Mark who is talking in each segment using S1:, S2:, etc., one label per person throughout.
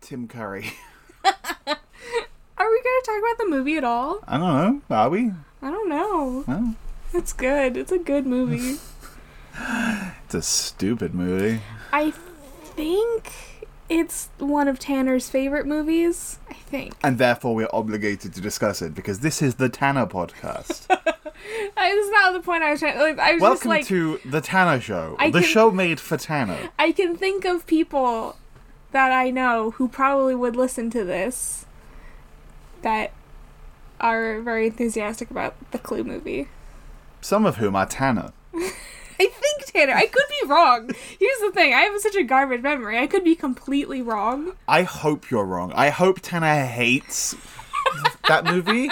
S1: Tim Curry.
S2: Are we going to talk about the movie at all?
S1: I don't know. Are we?
S2: I don't know.
S1: Well,
S2: It's good. It's a good movie.
S1: it's a stupid movie.
S2: I think it's one of Tanner's favorite movies. I think.
S1: And therefore, we're obligated to discuss it because this is the Tanner podcast.
S2: I, this is not the point I was trying. Like, I was just
S1: Welcome
S2: like,
S1: to the Tanner Show,
S2: I
S1: the
S2: can-
S1: show made for Tanner.
S2: I can think of people that I know who probably would listen to this that are very enthusiastic about the Clue movie.
S1: Some of whom are Tanner.
S2: I think Tanner. I could be wrong. Here's the thing: I have such a garbage memory. I could be completely wrong.
S1: I hope you're wrong. I hope Tanner hates that movie.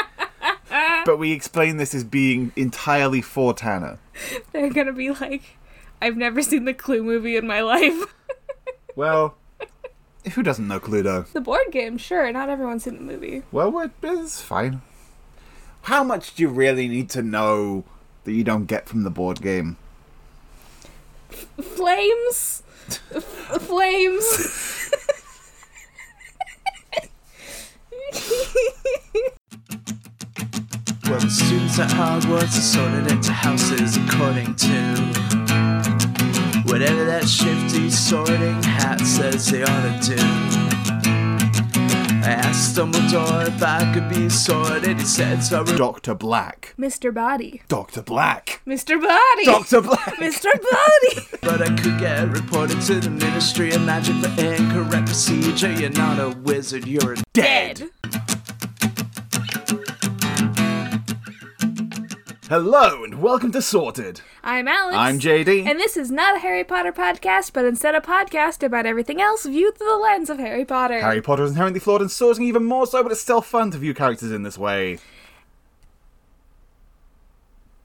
S1: But we explain this as being entirely for Tanner.
S2: They're gonna be like, "I've never seen the Clue movie in my life."
S1: Well, who doesn't know Cluedo?
S2: the board game, sure. Not everyone's seen the movie.
S1: Well, what- it's fine. How much do you really need to know that you don't get from the board game?
S2: Flames, F- flames.
S3: Well, the students at Hogwarts are sorted into houses according to whatever that shifty sorting hat says they ought to do. I asked Dumbledore if I could be sorted. He said, sorry.
S1: Dr. Black.
S2: Mr. Body.
S1: Dr. Black.
S2: Mr. Body.
S1: Dr. Black.
S2: Mr. Body.
S3: But I could get reported to the Ministry of Magic for incorrect procedure. You're not a wizard, you're a
S1: Dead. Hello and welcome to Sorted.
S2: I'm Alex.
S1: I'm JD.
S2: And this is not a Harry Potter podcast, but instead a podcast about everything else viewed through the lens of Harry Potter.
S1: Harry Potter is inherently flawed and sorting even more so, but it's still fun to view characters in this way.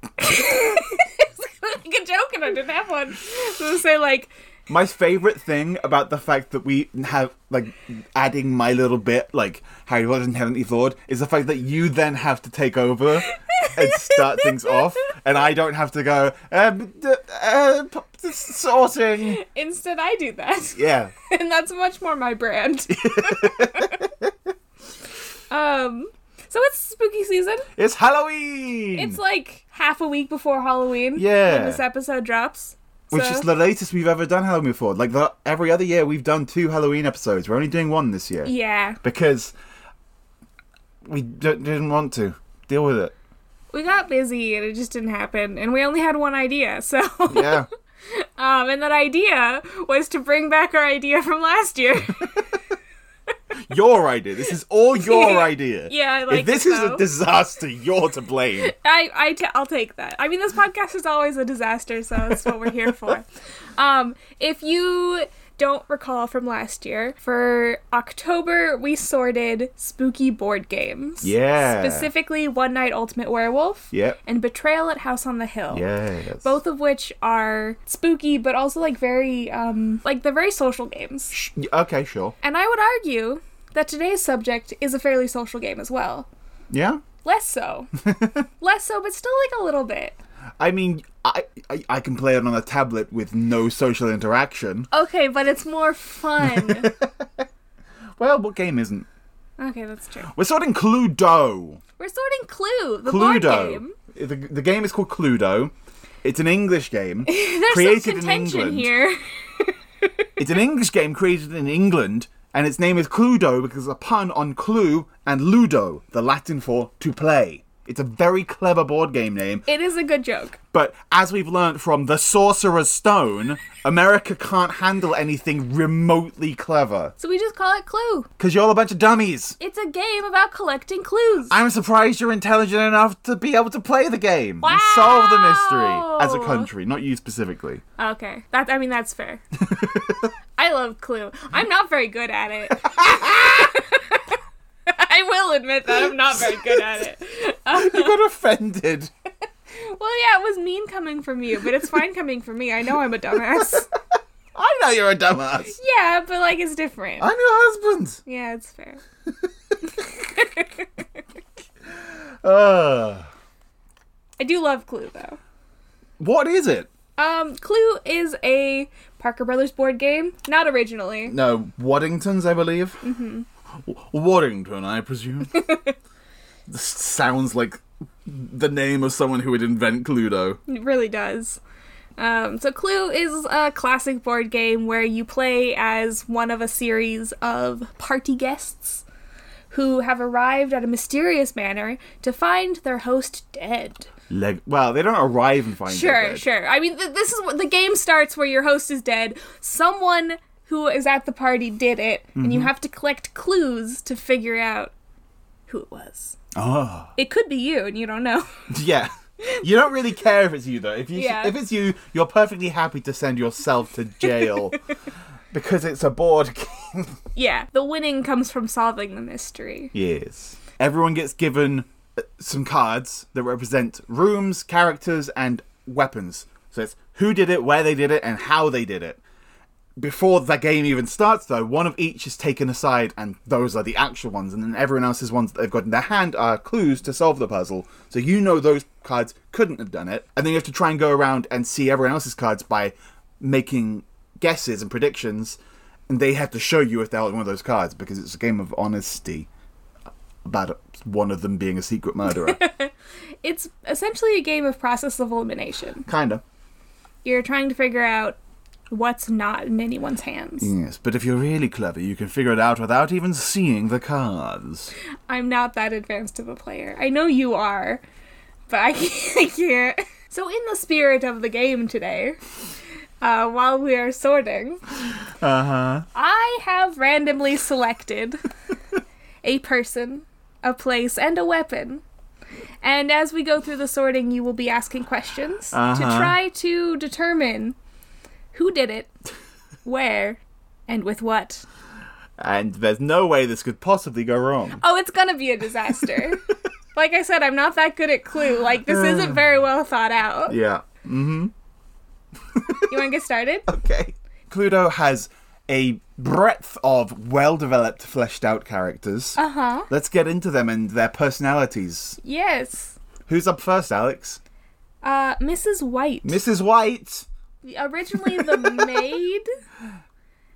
S2: Make a joke and I didn't have one. So say like,
S1: My favorite thing about the fact that we have like adding my little bit, like Harry Potter and Heavenly Lord, is the fact that you then have to take over and start things off, and I don't have to go um, d- uh, p- p- sorting.
S2: instead I do that.
S1: Yeah,
S2: and that's much more my brand. um so it's spooky season.
S1: it's Halloween,
S2: It's like half a week before Halloween.
S1: Yeah.
S2: When this episode drops.
S1: which
S2: So-
S1: is the latest we've ever done Halloween before. Like the, every other year, we've done two Halloween episodes. We're only doing one this year.
S2: Yeah.
S1: because we d- didn't want to deal with it.
S2: We got busy and it just didn't happen. And we only had one idea, so
S1: Yeah,
S2: Um, and that idea was to bring back our idea from last year.
S1: your idea. This is all your idea.
S2: Yeah, I like
S1: if this
S2: it,
S1: is a
S2: though.
S1: disaster, you're to blame.
S2: I, I t- I'll take that. I mean, this podcast is always a disaster, so that's what we're here for. Um, if you don't recall from last year, for October, we sorted spooky board games.
S1: Yeah.
S2: Specifically, One Night Ultimate Werewolf.
S1: Yep.
S2: And Betrayal at House on the Hill.
S1: Yes.
S2: Both of which are spooky, but also like very, um, like they're very social games.
S1: Sh- Okay, sure.
S2: And I would argue that today's subject is a fairly social game as well.
S1: Yeah.
S2: Less so. Less so, but still like a little bit.
S1: I mean, I, I I can play it on a tablet with no social interaction.
S2: Okay, but it's more fun.
S1: Well, what game isn't?
S2: okay, that's true.
S1: We're sorting Cluedo.
S2: We're sorting Clue, the board
S1: Cluedo.
S2: game.
S1: The, the game is called Cluedo. It's an English game.
S2: There's
S1: Created in
S2: some contention
S1: England.
S2: here.
S1: It's an English game created in England, and its name is Cluedo because it's a pun on clue and ludo, the Latin for to play. It's a very clever board game name,
S2: It is a good joke.
S1: but as we've learned from The Sorcerer's Stone, America can't handle anything remotely clever
S2: So we just call it Clue.
S1: because you're all a bunch of dummies.
S2: It's a game about collecting clues.
S1: I'm surprised you're intelligent enough to be able to play the game and solve the mystery as a
S2: Wow.
S1: country, not you specifically.
S2: okay, that I mean that's fair. I love Clue. I'm not very good at it. I will admit that I'm not very good at it.
S1: you got offended.
S2: Well, yeah, it was mean coming from you, but it's fine coming from me. I know I'm a dumbass.
S1: I know you're a dumbass.
S2: yeah, but like it's different.
S1: I'm your husband.
S2: Yeah, it's fair.
S1: Ugh.
S2: I do love Clue though.
S1: What is it?
S2: Um, Clue is a Parker Brothers board game. Not originally.
S1: No, Waddingtons, I believe. Mm-hmm. Waddington, I presume. this sounds like the name of someone who would invent Cluedo.
S2: It really does. Um, so Clue is a classic board game where you play as one of a series of party guests who have arrived at a mysterious manor to find their host dead.
S1: Leg. Well, they don't arrive and find.
S2: Sure,
S1: it dead.
S2: sure. I mean, th- this is what the game starts where your host is dead. Someone who is at the party did it, and you have to collect clues to figure out who it was.
S1: Oh,
S2: It could be you, and you don't know.
S1: yeah. You don't really care if it's you though. If you
S2: Yeah.
S1: if it's you, you're perfectly happy to send yourself to jail because it's a board game.
S2: yeah, the winning comes from solving the mystery.
S1: Yes. Everyone gets given uh, some cards that represent rooms, characters, and weapons. So it's who did it, where they did it, and how they did it. Before the game even starts, though, one of each is taken aside, and those are the actual ones. And then everyone else's ones that they've got in their hand are clues to solve the puzzle. So you know those cards couldn't have done it. And then you have to try and go around and see everyone else's cards by making guesses and predictions. And they have to show you if they're one of those cards because it's a game of honesty about one of them being a secret murderer.
S2: It's essentially a game of process of elimination.
S1: Kinda.
S2: You're trying to figure out what's not in anyone's hands.
S1: Yes, but if you're really clever, you can figure it out without even seeing the cards.
S2: I'm not that advanced of a player. I know you are, but I can't. I can't. So, in the spirit of the game today, uh, while we are sorting,
S1: Uh huh.
S2: I have randomly selected a person, a place, and a weapon. And as we go through the sorting, you will be asking questions to
S1: Uh-huh.
S2: try to determine who did it, where, and with what.
S1: And there's no way this could possibly go wrong.
S2: oh, it's gonna be a disaster. like I said, I'm not that good at Clue. Like this isn't very well thought out.
S1: Yeah.
S2: You want to get started?
S1: Okay. Cluedo has a breadth of well developed, fleshed out characters.
S2: Uh huh.
S1: Let's get into them and their personalities.
S2: Yes.
S1: Who's up first, Alex?
S2: Uh, Mrs. White.
S1: Mrs. White!
S2: Originally the maid,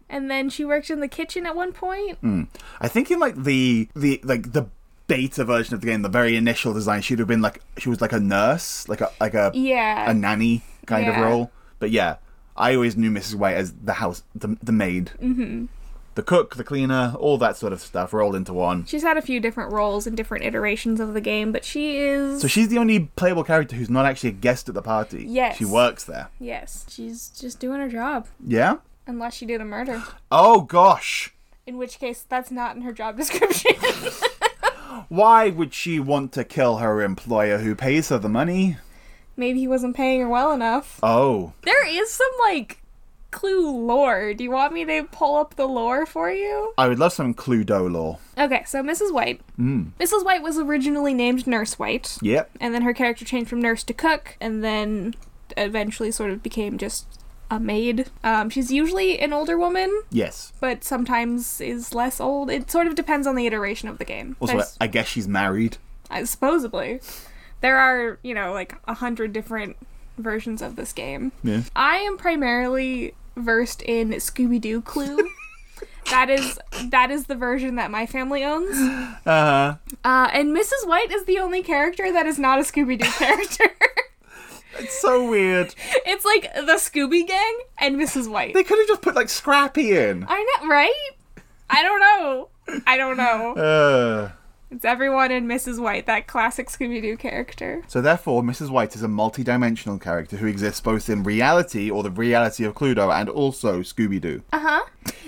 S2: and then she worked in the kitchen at one point.
S1: Mm. I think in like the the like the beta version of the game, the very initial design, she'd have been like she was like a nurse, like a like a
S2: Yeah.
S1: a nanny kind of
S2: Yeah.
S1: role. But yeah, I always knew Mrs. White as the house the the maid, mm-hmm. the cook, the cleaner, all that sort of stuff rolled into one.
S2: She's had a few different roles in different iterations of the game, but she is
S1: So she's the only playable character who's not actually a guest at the party.
S2: Yes.
S1: she works there.
S2: yes, she's just doing her job.
S1: Yeah.
S2: Unless she did a murder,
S1: Oh gosh.
S2: in which case that's not in her job description.
S1: Why would she want to kill her employer who pays her the money?
S2: Maybe he wasn't paying her well enough.
S1: Oh,
S2: There is some like clue lore. Do you want me to pull up the lore for you?
S1: I would love some Cluedo lore.
S2: Okay, so Mrs. White. Mrs. White was originally named Nurse White,
S1: Yep.
S2: and then her character changed from nurse to cook, and then eventually sort of became just a maid. Um, she's usually an older woman,
S1: Yes.
S2: but sometimes is less old. It sort of depends on the iteration of the game.
S1: Also,
S2: There's-
S1: I guess she's married.
S2: uh, supposedly, there are you know like a hundred different versions of this game.
S1: Yeah.
S2: I am primarily versed in Scooby Doo Clue. that is that is the version that my family owns.
S1: Uh,
S2: Uh, and Mrs. White is the only character that is not a Scooby Doo character.
S1: it's so weird.
S2: it's like the Scooby Gang and Mrs. White.
S1: They could have just put like Scrappy in.
S2: I know, right? I don't know. I don't know.
S1: Uh,
S2: It's everyone and Mrs. White, that classic Scooby Doo character.
S1: so therefore, Mrs. White is a multi-dimensional character who exists both in reality or the reality of Cluedo and also Scooby-Doo.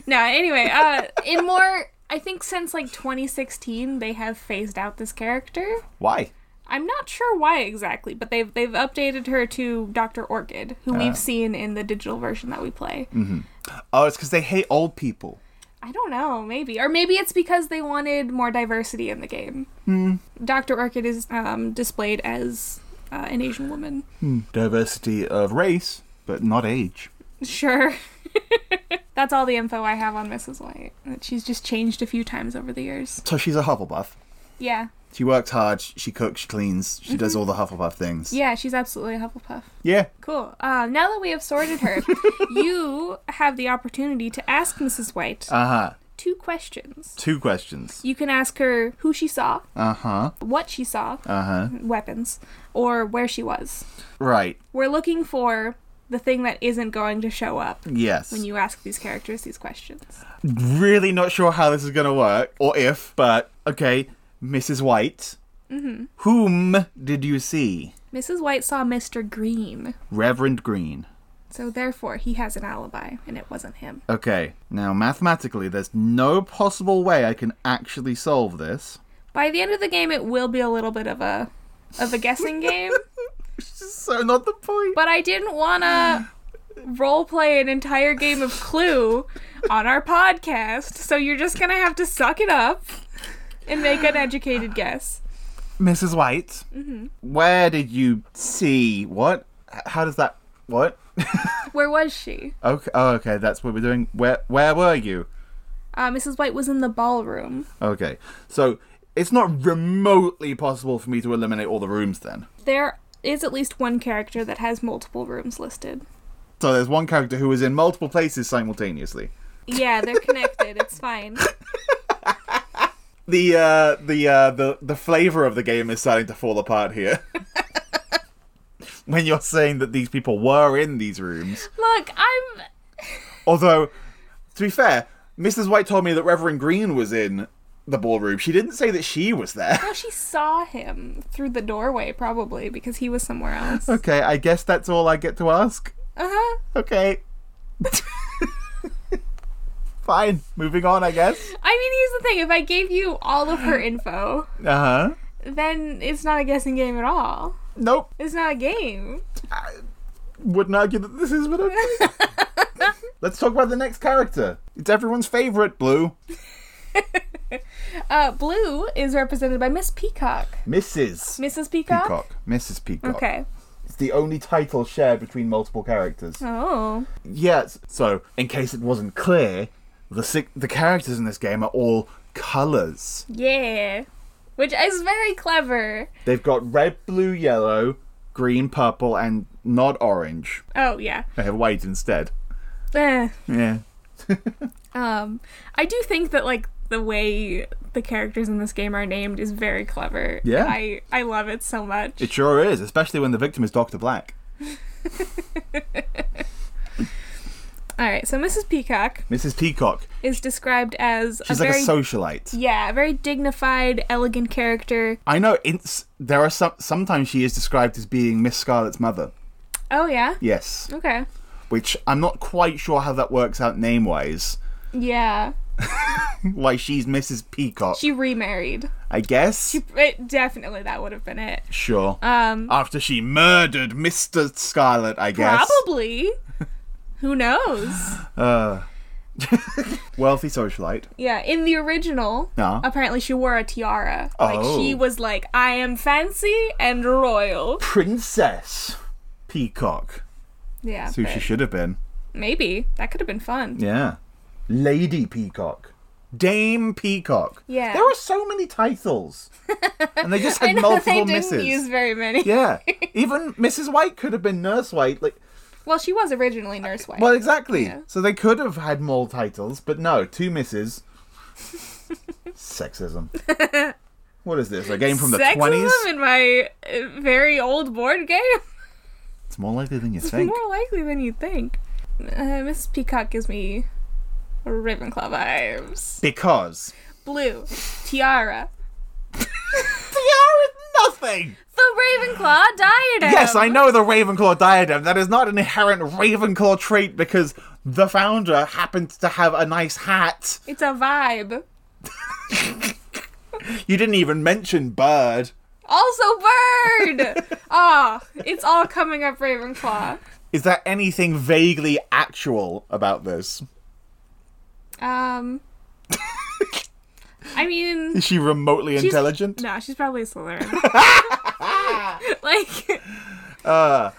S2: No, anyway, uh, in more, I think since like 2016, they have phased out this character.
S1: Why?
S2: I'm not sure why exactly, but they've they've updated her to Doctor Orchid, who we've seen in the digital version that we play.
S1: Oh, it's because they hate old people.
S2: I don't know, maybe, or maybe it's because they wanted more diversity in the game. Doctor Orchid is um, displayed as uh, an Asian woman.
S1: Diversity of race, but not age.
S2: Sure. That's all the info I have on Mrs. White. She's just changed a few times over the years.
S1: So she's a Hufflepuff.
S2: Yeah.
S1: She works hard. sh- She cooks. She cleans. She does all the Hufflepuff things.
S2: Mm-hmm. Yeah, she's absolutely a Hufflepuff.
S1: Yeah.
S2: Cool. Uh, now that we have sorted her, you have the opportunity to ask Mrs. White
S1: Uh huh.
S2: two questions.
S1: Two questions.
S2: You can ask her who she saw,
S1: Uh huh.
S2: what she saw,
S1: Uh huh.
S2: weapons, or where she was.
S1: Right.
S2: We're looking for the thing that isn't going to show up
S1: Yes.
S2: when you ask these characters these questions.
S1: really not sure how this is going to work or if, but okay, Mrs. White.
S2: Mm-hmm.
S1: Whom did you see?
S2: Mrs. White saw Mr. Green,
S1: Reverend Green.
S2: so therefore he has an alibi, and it wasn't him.
S1: Okay, now mathematically, there's no possible way I can actually solve this.
S2: By the end of the game, it will be a little bit of a of a guessing game.
S1: Which is so not the point.
S2: but I didn't want to role play an entire game of Clue on our podcast. So you're just going to have to suck it up and make an educated guess.
S1: Mrs. White, where did you see what? H- How does that? What?
S2: Where was she?
S1: okay, oh, okay, that's what we're doing. Where? Where were you?
S2: Uh, Mrs. White was in the ballroom.
S1: Okay, so it's not remotely possible for me to eliminate all the rooms then.
S2: There is at least one character that has multiple rooms listed.
S1: So there's one character who is in multiple places simultaneously.
S2: Yeah, they're connected. it's fine.
S1: The uh, the uh, the the flavor of the game is starting to fall apart here. when you're saying that these people were in these rooms,
S2: Look, I'm.
S1: although to be fair, Mrs. White told me that Reverend Green was in the ballroom. She didn't say that she was there.
S2: Well, oh, she saw him through the doorway, probably, because he was somewhere else. Uh
S1: Okay, I guess that's all I get to ask.
S2: huh.
S1: Okay. Fine, moving on, I guess.
S2: I mean, here's the thing if I gave you all of her info,
S1: Uh huh.
S2: then it's not a guessing game at all.
S1: Nope.
S2: It's not a game.
S1: wouldn't argue that this is what I think. Let's talk about the next character. It's everyone's favorite, Blue.
S2: Uh, Blue is represented by Miss Peacock.
S1: Mrs.
S2: Mrs. Peacock?
S1: Peacock. Mrs. Peacock.
S2: Okay.
S1: It's the only title shared between multiple characters.
S2: Oh.
S1: Yes. So, in case it wasn't clear, the six, the characters in this game are all colors.
S2: Yeah. Which is very clever.
S1: They've got red, blue, yellow, green, purple, and not orange.
S2: Oh, yeah.
S1: They have white instead.
S2: Eh.
S1: Yeah.
S2: Um, I do think that, like, the way the characters in this game are named is very clever.
S1: Yeah.
S2: I, I love it so much.
S1: It sure is, especially when the victim is Doctor Black.
S2: all right, so Mrs. Peacock
S1: Mrs. Peacock.
S2: is described as
S1: She's
S2: a
S1: like
S2: very.
S1: a socialite.
S2: yeah, a very dignified, elegant character.
S1: I know it's there are some sometimes she is described as being Miss Scarlet's mother.
S2: Oh, yeah?
S1: Yes.
S2: Okay.
S1: Which I'm not quite sure how that works out name wise.
S2: Yeah.
S1: Why she's Mrs. Peacock.
S2: She remarried.
S1: I guess.
S2: It, definitely that would have been it.
S1: sure.
S2: Um,
S1: After she murdered Mr. Scarlet, I guess.
S2: probably. Who knows?
S1: Uh, wealthy socialite.
S2: Yeah, in the original,
S1: No.
S2: apparently she wore a tiara. Like she
S1: Oh.
S2: was like, I am fancy and royal.
S1: Princess Peacock.
S2: Yeah,
S1: That's who she
S2: but
S1: should have been.
S2: maybe that could have been fun.
S1: Yeah. Lady Peacock. Dame Peacock.
S2: Yeah.
S1: There are so many titles. and they just
S2: I
S1: had
S2: know
S1: multiple
S2: they didn't
S1: misses.
S2: use very many.
S1: Yeah. Even Mrs. White could have been Nurse White. Like,
S2: Well, she was originally Nurse White.
S1: well, exactly.
S2: Yeah.
S1: So they could have had more titles, but no, two misses. Sexism. What is this? A game from the
S2: Sexism
S1: twenties?
S2: in my uh, very old board game.
S1: It's more likely than you think.
S2: More likely than you'd think. Uh, Mrs. Peacock gives me Ravenclaw vibes.
S1: Because
S2: blue, tiara,
S1: tiara is nothing.
S2: the Ravenclaw diadem.
S1: Yes, I know the Ravenclaw diadem. That is not an inherent Ravenclaw trait because the founder happened to have a nice hat.
S2: It's a vibe.
S1: You didn't even mention bird.
S2: Also, bird. Ah, it's all coming up Ravenclaw.
S1: Is there anything vaguely actual about this?
S2: Um, I mean,
S1: Is she remotely
S2: she's-
S1: intelligent?
S2: No, she's probably a Slytherin. like,
S1: I-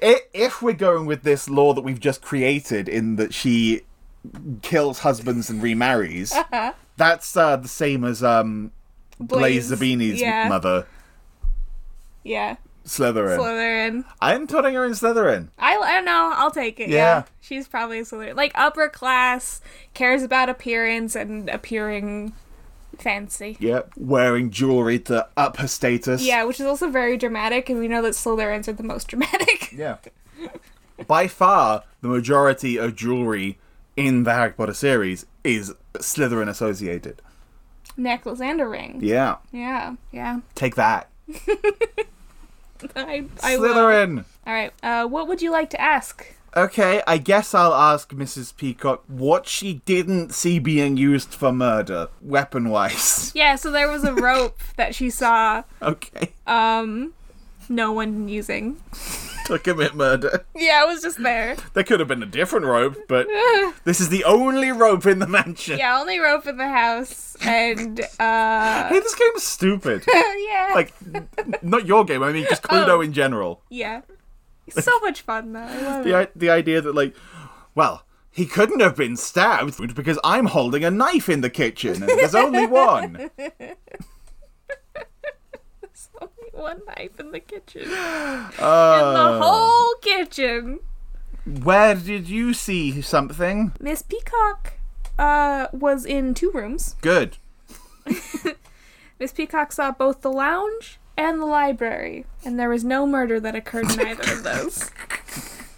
S1: If we're going with this law that we've just created, in that she kills husbands and remarries, that's uh, the same as um, Blaze
S2: Blaze,
S1: Zabini's
S2: yeah.
S1: mother,
S2: Yeah.
S1: Slytherin.
S2: Slytherin.
S1: I'm putting her in Slytherin.
S2: I, I don't know. I'll take it. Yeah.
S1: Yeah.
S2: She's probably a Slytherin. Like, upper class, cares about appearance and appearing fancy.
S1: Yep. Wearing jewelry to up her status.
S2: Yeah, which is also very dramatic, and we know that Slytherins are the most dramatic.
S1: Yeah. By far, the majority of jewelry in the Harry Potter series is Slytherin associated.
S2: Necklace and a ring.
S1: Yeah.
S2: Yeah, yeah.
S1: Take that.
S2: I, I will.
S1: Slytherin!
S2: All right. Uh, what would you like to ask?
S1: Okay, I guess I'll ask Mrs. Peacock what she didn't see being used for murder, weapon wise.
S2: Yeah, so there was a rope that she saw
S1: Okay.
S2: um no one using.
S1: to commit murder.
S2: Yeah, it was just there.
S1: There could have been a different rope, but this is the only rope in the mansion.
S2: Yeah, only rope in the house and uh
S1: Hey, this game's stupid.
S2: yeah.
S1: like, n- not your game, I mean, just Cluedo
S2: Oh.
S1: in general.
S2: yeah. So much fun though. I love
S1: The,
S2: it.
S1: i- the idea that, like, well, he couldn't have been stabbed because I'm holding a knife in the kitchen and there's only one.
S2: Only One knife in the kitchen.
S1: Uh,
S2: the whole kitchen.
S1: Where did you see something?
S2: Miss Peacock uh was in two rooms.
S1: Good.
S2: Miss Peacock saw both the lounge and the library, and there was no murder that occurred in either of those.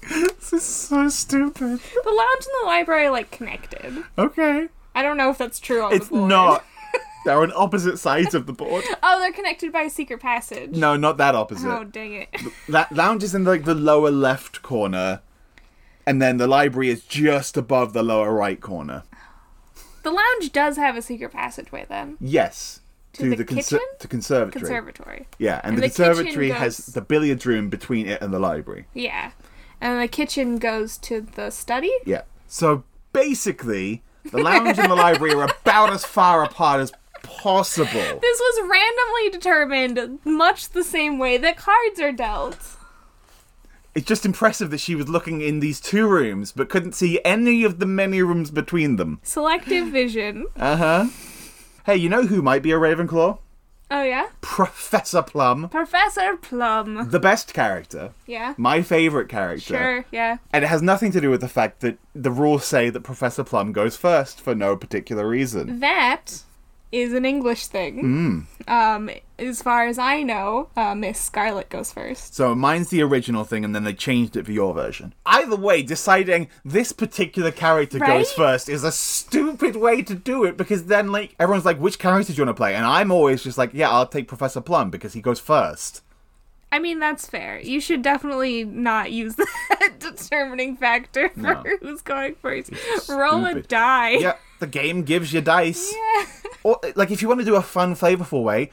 S1: This is so stupid.
S2: The lounge and the library are, like connected.
S1: Okay.
S2: I don't know if that's true on
S1: It's
S2: the board.
S1: not. They're on opposite sides of the board.
S2: Oh, they're connected by a secret passage.
S1: No, not that opposite.
S2: Oh dang it!
S1: That lounge is in like the lower left corner, and then the library is just above the lower right corner.
S2: The lounge does have a secret passageway then.
S1: Yes, to,
S2: the
S1: conser-
S2: kitchen?
S1: to conservatory.
S2: Conservatory.
S1: yeah, and, the,
S2: the kitchen
S1: conservatory has
S2: goes-
S1: the billiards room between it and the library.
S2: Yeah, and the kitchen goes to the study.
S1: Yeah. So basically, the lounge and the library are about as far apart as possible.
S2: This was randomly determined, much the same way that cards are dealt.
S1: It's just impressive that she was looking in these two rooms but couldn't see any of the many rooms between them.
S2: Selective vision.
S1: Uh huh. Hey, you know who might be a Ravenclaw?
S2: Oh yeah,
S1: Professor Plum,
S2: Professor Plum.
S1: the best character.
S2: Yeah.
S1: my favorite character.
S2: Sure. Yeah.
S1: And it has nothing to do with the fact that the rules say that Professor Plum goes first for no particular reason.
S2: That is an English thing.
S1: Mm.
S2: Um, as far as I know, uh, Miss Scarlet goes first.
S1: So mine's the original thing, and then they changed it for your version. Either way, deciding this particular character
S2: Right?
S1: goes first is a stupid way to do it because then, like, everyone's like, which character do you want to play? And I'm always just like, yeah, I'll take Professor Plum because he goes first.
S2: I mean, that's fair. You should definitely not use that determining factor for
S1: No.
S2: who's going first. Roll a
S1: stupid.
S2: die.
S1: yeah, the game gives you dice. Or, like, if you want to do a fun, flavorful way,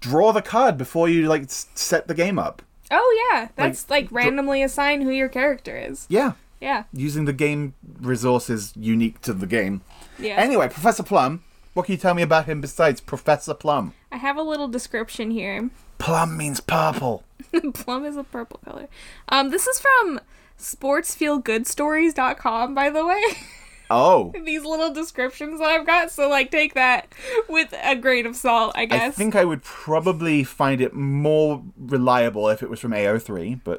S1: draw the card before you, like, s- set the game up.
S2: Oh, yeah. That's like, randomly assign who your character is.
S1: Yeah.
S2: Yeah.
S1: using the game resources unique to the game.
S2: Yeah.
S1: Anyway, Professor Plum, what can you tell me about him besides Professor Plum?
S2: I have a little description here.
S1: Plum means purple.
S2: Plum is a purple color. Um, this is from sportsfeelgoodstories.com, by the way.
S1: Oh,
S2: These little descriptions that I've got. So, like, take that with a grain of salt, I
S1: I
S2: guess.
S1: think I would probably find it more reliable if it was from AO3, but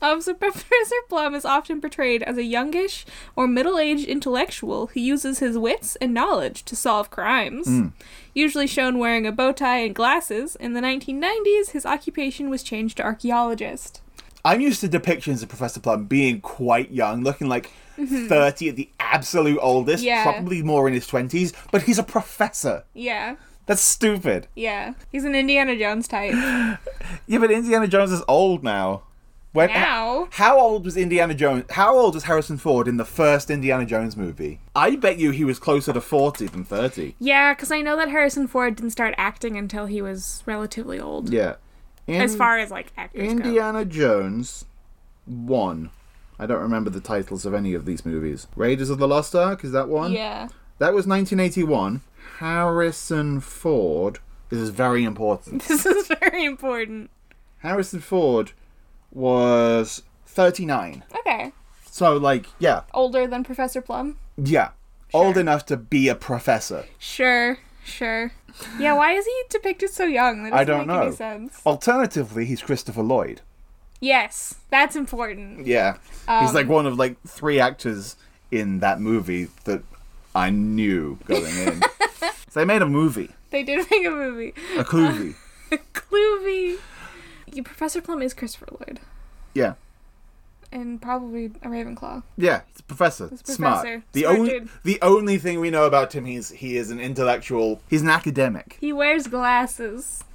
S2: Um, so Professor Plum is often portrayed as a youngish or middle-aged intellectual who uses his wits and knowledge to solve crimes.
S1: Hmm.
S2: Usually shown wearing a bow tie and glasses, in the 1990s his occupation was changed to archaeologist.
S1: I'm used to depictions of Professor Plum being quite young, looking like 30 at the absolute oldest,
S2: Mm-hmm. Yeah.
S1: probably more in his 20s, but he's a professor.
S2: Yeah,
S1: That's stupid.
S2: yeah. He's an Indiana Jones type.
S1: Yeah, but Indiana Jones is old now. When,
S2: Now?
S1: How old was Indiana Jones? How old was Harrison Ford in the first Indiana Jones movie? I bet you he was closer to 40 than 30.
S2: yeah, because I know that Harrison Ford didn't start acting until he was relatively old.
S1: Yeah. In-
S2: As far as like actors go.
S1: Indiana Jones 1. I don't remember the titles of any of these movies. Raiders of the Lost Ark, is that one?
S2: Yeah.
S1: That was 1981. Harrison Ford. This is very important.
S2: This is very important.
S1: Harrison Ford was 39.
S2: Okay.
S1: So, like, yeah.
S2: Older than Professor Plum?
S1: Yeah. Old enough to be a professor.
S2: Sure. Sure. Yeah, why is he depicted so young? That doesn't
S1: I don't
S2: make
S1: know.
S2: any sense.
S1: Alternatively, he's Christopher Lloyd.
S2: Yes, that's important.
S1: Yeah. he's
S2: Um,
S1: like one of like three actors in that movie that I knew going in. so they made a movie,
S2: They did make a movie.
S1: a cluvie.
S2: Cloovy. You- Professor Plum is Christopher Lloyd
S1: yeah.
S2: and probably a Ravenclaw.
S1: Yeah, he's a professor.
S2: a
S1: Smart.
S2: professor.
S1: The
S2: Smart
S1: only
S2: dude.
S1: the only thing we know about him is he is an intellectual. He's an academic.
S2: He wears glasses.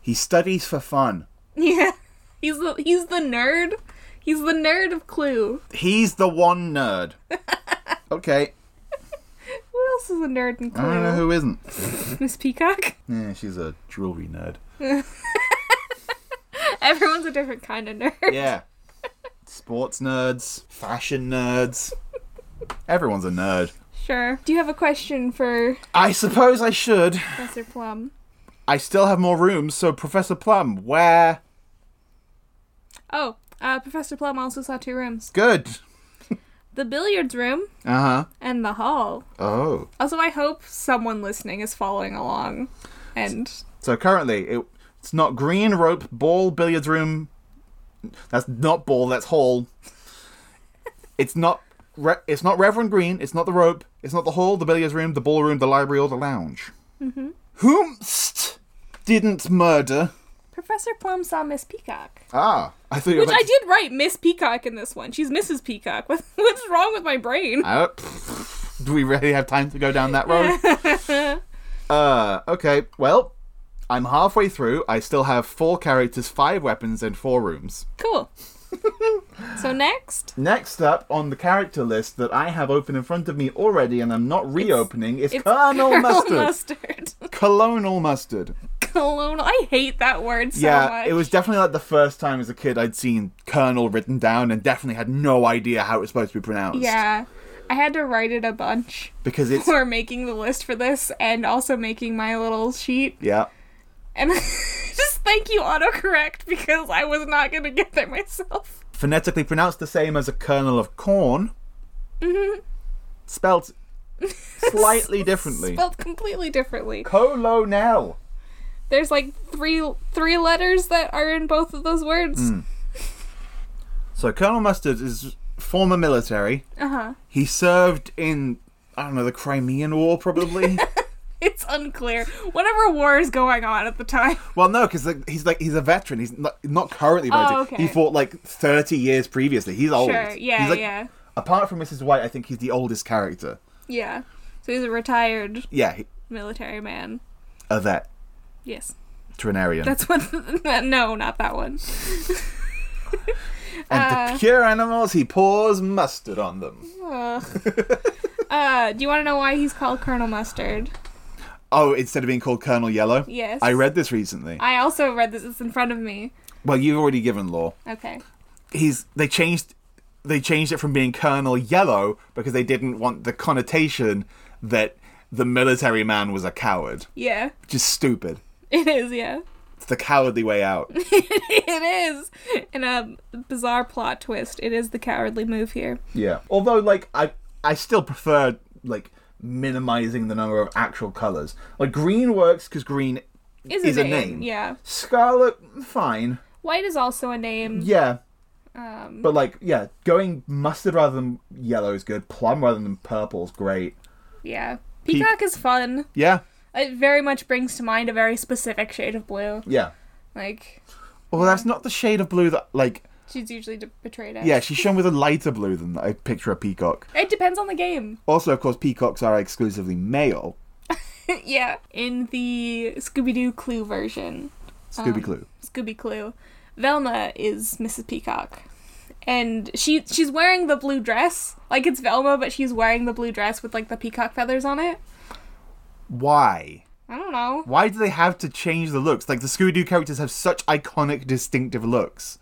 S1: He studies for fun.
S2: Yeah. He's the he's the nerd. He's the nerd of Clue.
S1: He's the one nerd. okay.
S2: Who else is a nerd in
S1: I don't know
S2: Clue?
S1: who isn't.
S2: Miss Peacock.
S1: Yeah, she's a jewelry nerd.
S2: Everyone's a different kind of nerd.
S1: Yeah. Sports nerds, fashion nerds. Everyone's a nerd.
S2: Sure. Do you have a question for
S1: I suppose I should.
S2: Professor Plum?
S1: I still have more rooms, so Professor Plum, where?
S2: Oh, uh, Professor Plum also saw two rooms:
S1: Good.
S2: the billiards room
S1: Uh huh.
S2: and the hall.
S1: Oh.
S2: Also, I hope someone listening is following along. And
S1: So currently, it, it's not green rope ball billiards room. That's not ball. That's hall. It's not. Re- it's not Reverend Green. It's not the rope. It's not the hall, the billiards room, the ballroom, the library, or the lounge. Mm-hmm. Whomst didn't murder.
S2: Professor Plum saw Miss Peacock,
S1: Ah, I thought you were
S2: which
S1: like.
S2: I did write Miss Peacock in this one. She's Mrs. Peacock. What- What's wrong with my brain?
S1: I don't- do we really have time to go down that road? uh, okay. Well, I'm halfway through. I still have four characters, five weapons, and four rooms.
S2: Cool. so next,
S1: Next up on the character list that I have open in front of me already and I'm not reopening is
S2: it's
S1: Colonel
S2: Colonel
S1: Mustard.
S2: Mustard.
S1: Colonel Mustard.
S2: Colonel. I hate that word so
S1: yeah,
S2: much.
S1: it was definitely like the first time as a kid I'd seen Colonel written down and definitely had no idea how it's supposed to be pronounced.
S2: Yeah. I had to write it a bunch
S1: Because it's.
S2: for making the list for this and also making my little sheet.
S1: Yeah.
S2: And just thank you, autocorrect, because I was not going to get there myself.
S1: Phonetically pronounced the same as a kernel of corn. Mm-hmm. Spelt slightly differently.
S2: Spelled completely differently.
S1: Colonel.
S2: There's like three three letters that are in both of those words.
S1: Hmm. So Colonel Mustard is former military.
S2: Uh huh.
S1: He served in I don't know the Crimean War probably.
S2: It's unclear. Whatever war is going on at the time.
S1: well, no, because like, he's like he's a veteran. He's not, not currently voting.
S2: Oh, okay.
S1: He fought like thirty years previously. He's old.
S2: Sure. Yeah.
S1: He's, like-
S2: yeah.
S1: Apart from Mrs. White, I think he's the oldest character.
S2: Yeah. So he's a retired
S1: Yeah, he,
S2: military man.
S1: a vet,
S2: Yes.
S1: veterinarian.
S2: That's what. no, not that one.
S1: and
S2: uh,
S1: to cure animals, he pours mustard on them.
S2: Ugh. uh, do you want to know why he's called Colonel Mustard?
S1: Oh, instead of being called Colonel Yellow.
S2: Yes.
S1: I read this recently.
S2: I also read this. It's in front of me.
S1: well, you've already given law.
S2: Okay.
S1: he's they changed they changed it from being Colonel Yellow because they didn't want the connotation that the military man was a coward.
S2: Yeah,
S1: Just stupid.
S2: it is. Yeah,
S1: It's the cowardly way out.
S2: it is. In a bizarre plot twist, it is the cowardly move here.
S1: yeah. Although like I I still prefer like minimizing the number of actual colors. Like green works cuz green
S2: Is,
S1: Is a name.
S2: Yeah,
S1: scarlet fine.
S2: white is also a name.
S1: Yeah.
S2: Um,
S1: But like yeah, going mustard rather than yellow is good. Plum rather than purple is great.
S2: yeah. Peacock is fun.
S1: Yeah.
S2: It very much brings to mind a very specific shade of blue.
S1: Yeah.
S2: Like
S1: Well, that's not the shade of blue that like
S2: she's usually de- betrayed. As.
S1: Yeah, she's shown with a lighter blue than I picture a peacock.
S2: It depends on the game.
S1: Also, of course, peacocks are exclusively male.
S2: yeah. In the Scooby Doo Clue version,
S1: Scooby Clue.
S2: Scooby Clue, Velma is Mrs. Peacock. And she she's wearing the blue dress. Like it's Velma, but she's wearing the blue dress with like the peacock feathers on it.
S1: Why?
S2: I don't know.
S1: Why do they have to change the looks? Like the Scooby Doo characters have such iconic, distinctive looks.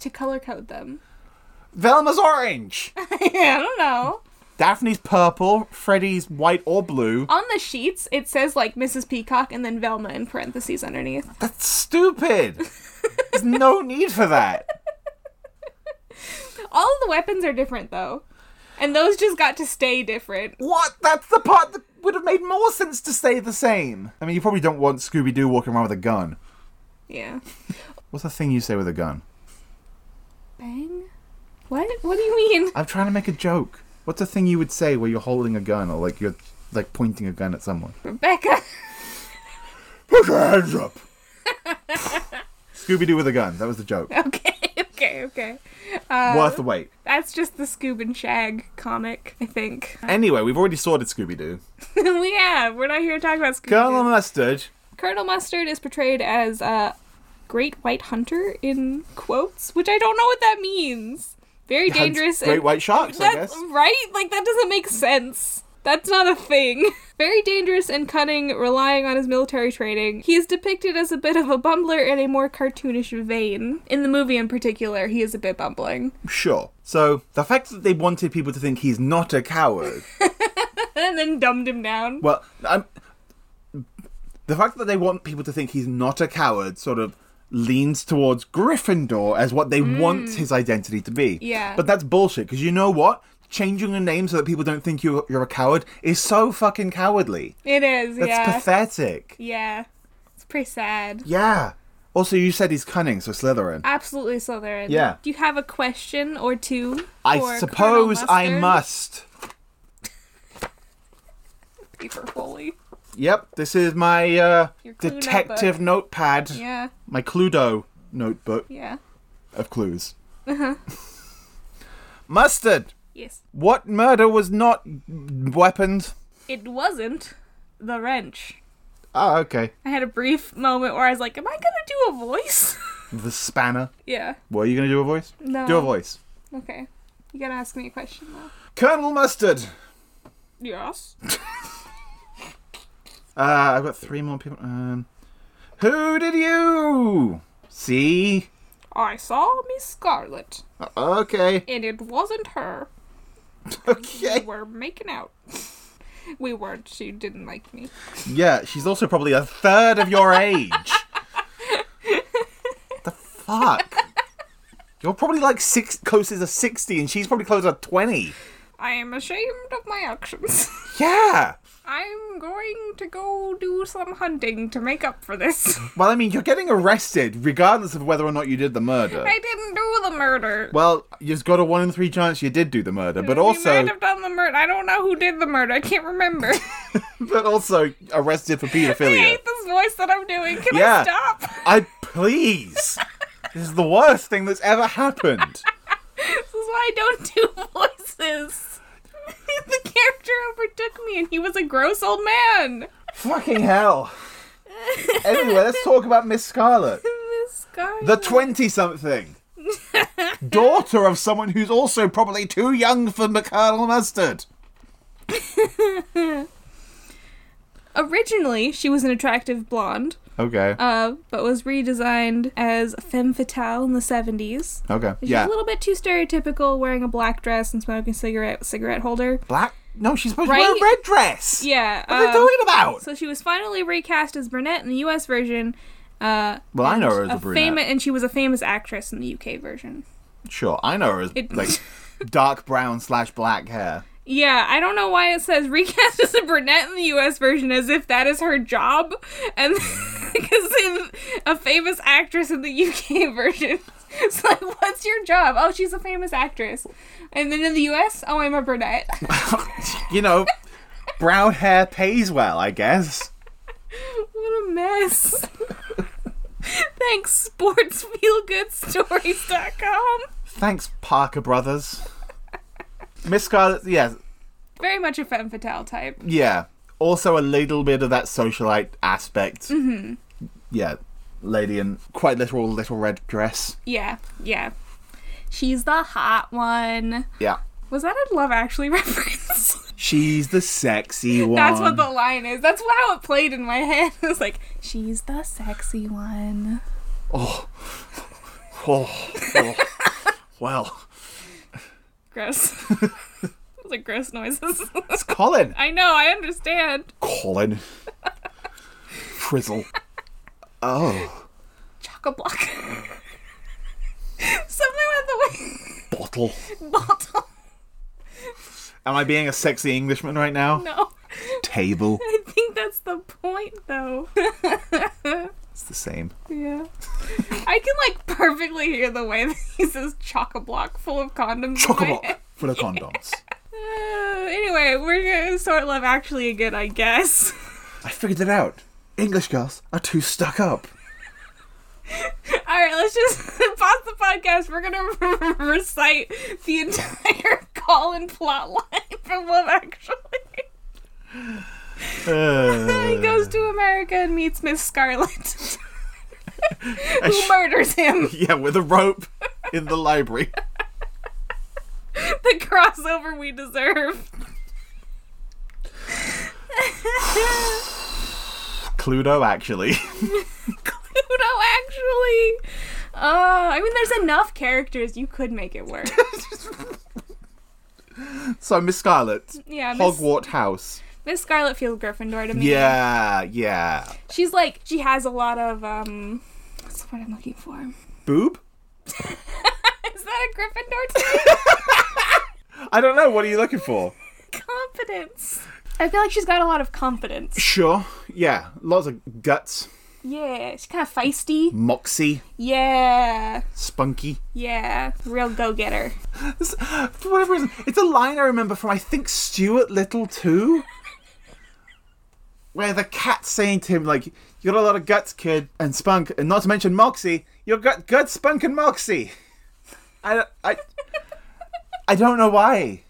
S2: To color code them.
S1: Velma's orange.
S2: yeah, I don't know.
S1: Daphne's purple. Freddy's white or blue.
S2: On the sheets it says like Mrs. Peacock and then Velma in parentheses underneath.
S1: That's stupid. There's no need for that.
S2: All of the weapons are different though. And those just got to stay different.
S1: What? That's the part that would have made more sense to stay the same. I mean, you probably don't want Scooby Doo walking around with a gun.
S2: Yeah.
S1: What's the thing you say with a gun?
S2: Bang? What? What do you mean?
S1: I'm trying to make a joke. What's the thing you would say where you're holding a gun or like you're like pointing a gun at someone?
S2: Rebecca.
S1: Put your hands up. Scooby Doo with a gun. That was the joke.
S2: Okay, okay, okay. Uh,
S1: Worth the wait.
S2: That's just the Scoob and Shag comic, I think.
S1: Anyway, we've already sorted Scooby Doo.
S2: we have. We're not here to talk about Scoob.
S1: Colonel Mustard.
S2: Colonel Mustard is portrayed as a great white hunter in quotes, which I don't know what that means. Very
S1: hunts
S2: dangerous.
S1: Great
S2: and-
S1: white sharks, I
S2: That's
S1: guess.
S2: right. Like that doesn't make sense. That's not a thing. Very dangerous and cunning, relying on his military training. He is depicted as a bit of a bumbler in a more cartoonish vein. In the movie in particular, he is a bit bumbling.
S1: Sure. So the fact that they wanted people to think he's not a coward.
S2: And then dumbed him down.
S1: well, I'm, the fact that they want people to think he's not a coward sort of leans towards Gryffindor as what they want his identity to be.
S2: Mm. Yeah.
S1: But that's bullshit because you know what? Changing your name so that people don't think you're, you're a coward is so fucking cowardly.
S2: It is,
S1: That's
S2: yeah.
S1: pathetic.
S2: Yeah. It's pretty sad.
S1: Yeah. Also, you said he's cunning, so Slytherin.
S2: Absolutely Slytherin.
S1: Yeah.
S2: Do you have a question or two? for
S1: I
S2: Colonel
S1: suppose I
S2: Mustard?
S1: must.
S2: Paper Foley.
S1: Yep, this is my uh,
S2: Your clue
S1: detective notepad.
S2: Yeah.
S1: My Cluedo notebook
S2: Yeah.
S1: of clues. Mustard!
S2: Yes.
S1: What murder was not weaponed?
S2: It wasn't the wrench.
S1: Ah, okay.
S2: I had a brief moment where I was like, "Am I gonna do a voice?"
S1: The spanner.
S2: yeah.
S1: What, are you going to do a voice?
S2: No.
S1: Do a voice.
S2: Okay. You gotta ask me a question now.
S1: Colonel Mustard!
S2: Yes.
S1: Uh, I've got three more people. Um, who did you see? Uh,
S2: I saw Miss Scarlet,
S1: Okay.
S2: and it wasn't her. We
S1: Okay.
S2: were making out. We weren't. She didn't like me.
S1: Yeah, she's also probably a third of your age. the fuck? You're probably like six, closest to 60, and she's probably closer to 20.
S2: I am ashamed of my actions.
S1: Yeah.
S2: I'm going to go do some hunting to make up for this.
S1: Well, I mean, you're getting arrested regardless of whether or not you did the murder.
S2: I didn't do the murder.
S1: Well, you've got a one in three chance you did do the murder, but
S2: you
S1: also,
S2: might have done the murder. I don't know who did the murder. I can't remember.
S1: Oh, but also arrested for
S2: I
S1: paedophilia.
S2: hate this voice that I'm doing. Can
S1: Yeah.
S2: I stop?
S1: I please. this is the worst thing that's ever happened.
S2: This is why I don't do voices. the character overtook me and he was a gross old man.
S1: Fucking hell. Anyway, let's talk about Miss Scarlet.
S2: Miss Scarlet.
S1: The 20 something. Daughter of someone who's also probably too young for McConnell Mustard.
S2: Originally, she was an attractive blonde,
S1: Okay.
S2: uh, but was redesigned as a femme fatale in the 70s.
S1: okay.
S2: She's
S1: Yeah.
S2: a little bit too stereotypical, wearing a black dress and smoking a cigarette with a cigarette holder.
S1: Black? No, she's supposed to wear
S2: Right?
S1: a red dress.
S2: Yeah.
S1: What are they
S2: um,
S1: talking about?
S2: So she was finally recast as brunette in the U.S. version. Uh,
S1: Well, I know
S2: and
S1: her as a brunette.
S2: fama- and she was a famous actress in the UK version.
S1: Sure, I know her as
S2: It-
S1: like dark brown slash black hair.
S2: Yeah, I don't know why it says recast as a brunette in the US version as if that is her job. And because in a famous actress in the UK version, it's like, what's your job? Oh, she's a famous actress. And then in the US, oh, I'm a brunette.
S1: you know, brown hair pays well, I guess.
S2: what a mess. Thanks, sportsfeelgoodstories.com.
S1: Thanks, Parker Brothers. Miss Scarlet, yeah,
S2: Very much a femme fatale type.
S1: yeah. Also a little bit of that socialite aspect. Mm-hmm. Yeah, lady in quite literal little red dress.
S2: Yeah, yeah. She's the hot one.
S1: Yeah,
S2: Was that a Love Actually reference?
S1: she's the sexy one.
S2: That's what the line is. That's how it played in my head. It was like, she's the sexy one.
S1: Oh, oh. well,
S2: Gross. Those are gross noises.
S1: it's Colin.
S2: I know, I understand.
S1: Colin. Frizzle. Oh,
S2: Chocolate block. Something
S1: bottle.
S2: with the way. Bottle.
S1: Am I being a sexy Englishman right now?
S2: No.
S1: table.
S2: I think that's the point, though.
S1: It's the same.
S2: yeah. I can, like, perfectly hear the way that he says chock a block full of condoms. in my
S1: Chocobo
S2: head.
S1: full of condoms.
S2: Uh, anyway, we're gonna start Love Actually again, I guess.
S1: I figured it out. English girls are too stuck up.
S2: Alright, let's just pause the podcast. We're gonna recite the entire call and plot line from Love Actually. he
S1: Uh,
S2: goes to America and meets Miss Scarlet, who murders him.
S1: Uh, yeah, with a rope in the library.
S2: The crossover we deserve.
S1: Cluedo, actually.
S2: Pluto, actually. Oh, I mean, there's enough characters. You could make it work.
S1: so, Miss Scarlet,
S2: Yeah, Miss,
S1: Hogwarts House.
S2: Miss Scarlet feels Gryffindor to me.
S1: Yeah, yeah.
S2: She's like, she has a lot of, um, what's the word I'm looking for?
S1: Boob?
S2: Is that a Gryffindor to me?
S1: I don't know. What are you looking for?
S2: confidence. I feel like she's got a lot of confidence.
S1: Sure. Yeah. Lots of guts.
S2: Yeah, she's kind of feisty.
S1: Moxie.
S2: Yeah,
S1: Spunky.
S2: yeah, real go getter.
S1: This- for whatever reason, it's a line I remember from I think Stuart Little too, where the cat's saying to him like, "You got a lot of guts, kid, and spunk, and not to mention Moxie. You've got guts, spunk, and Moxie." I, don't- I, I don't know why.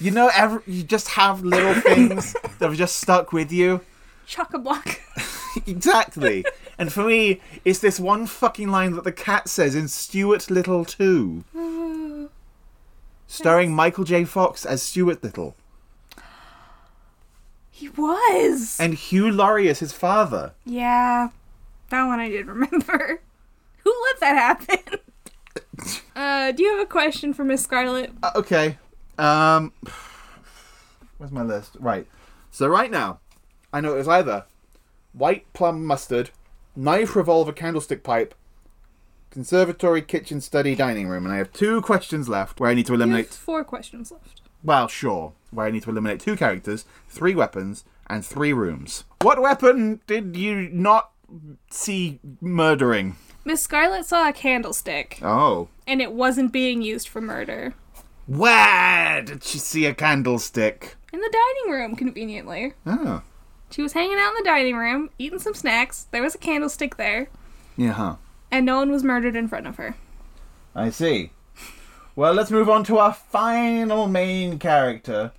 S1: You know, every, you just have little things that have just stuck with you.
S2: Chock a block.
S1: Exactly. And for me, it's this one fucking line that the cat says in Stuart Little 2. Starring Michael J. Fox as Stuart Little.
S2: He was.
S1: And Hugh Laurie as his father.
S2: Yeah, that one I did remember. Who let that happen? Uh, do you have a question for Miss Scarlet?
S1: Uh, okay. Um. Where's my list? Right. So, right now, I know it was either white plum mustard, knife, revolver, candlestick pipe, conservatory, kitchen, study, dining room. And I have two questions left where I need to
S2: You
S1: eliminate
S2: have four questions left.
S1: Well, sure. Where I need to eliminate two characters, three weapons, and three rooms. What weapon did you not see murdering?
S2: Miss Scarlet saw a candlestick,
S1: Oh.
S2: and it wasn't being used for murder.
S1: Where did she see a candlestick?
S2: In the dining room, conveniently.
S1: Oh.
S2: She was hanging out in the dining room, eating some snacks. There was a candlestick there,
S1: Yeah, huh.
S2: and no one was murdered in front of her.
S1: I see. Well, let's move on to our final main character.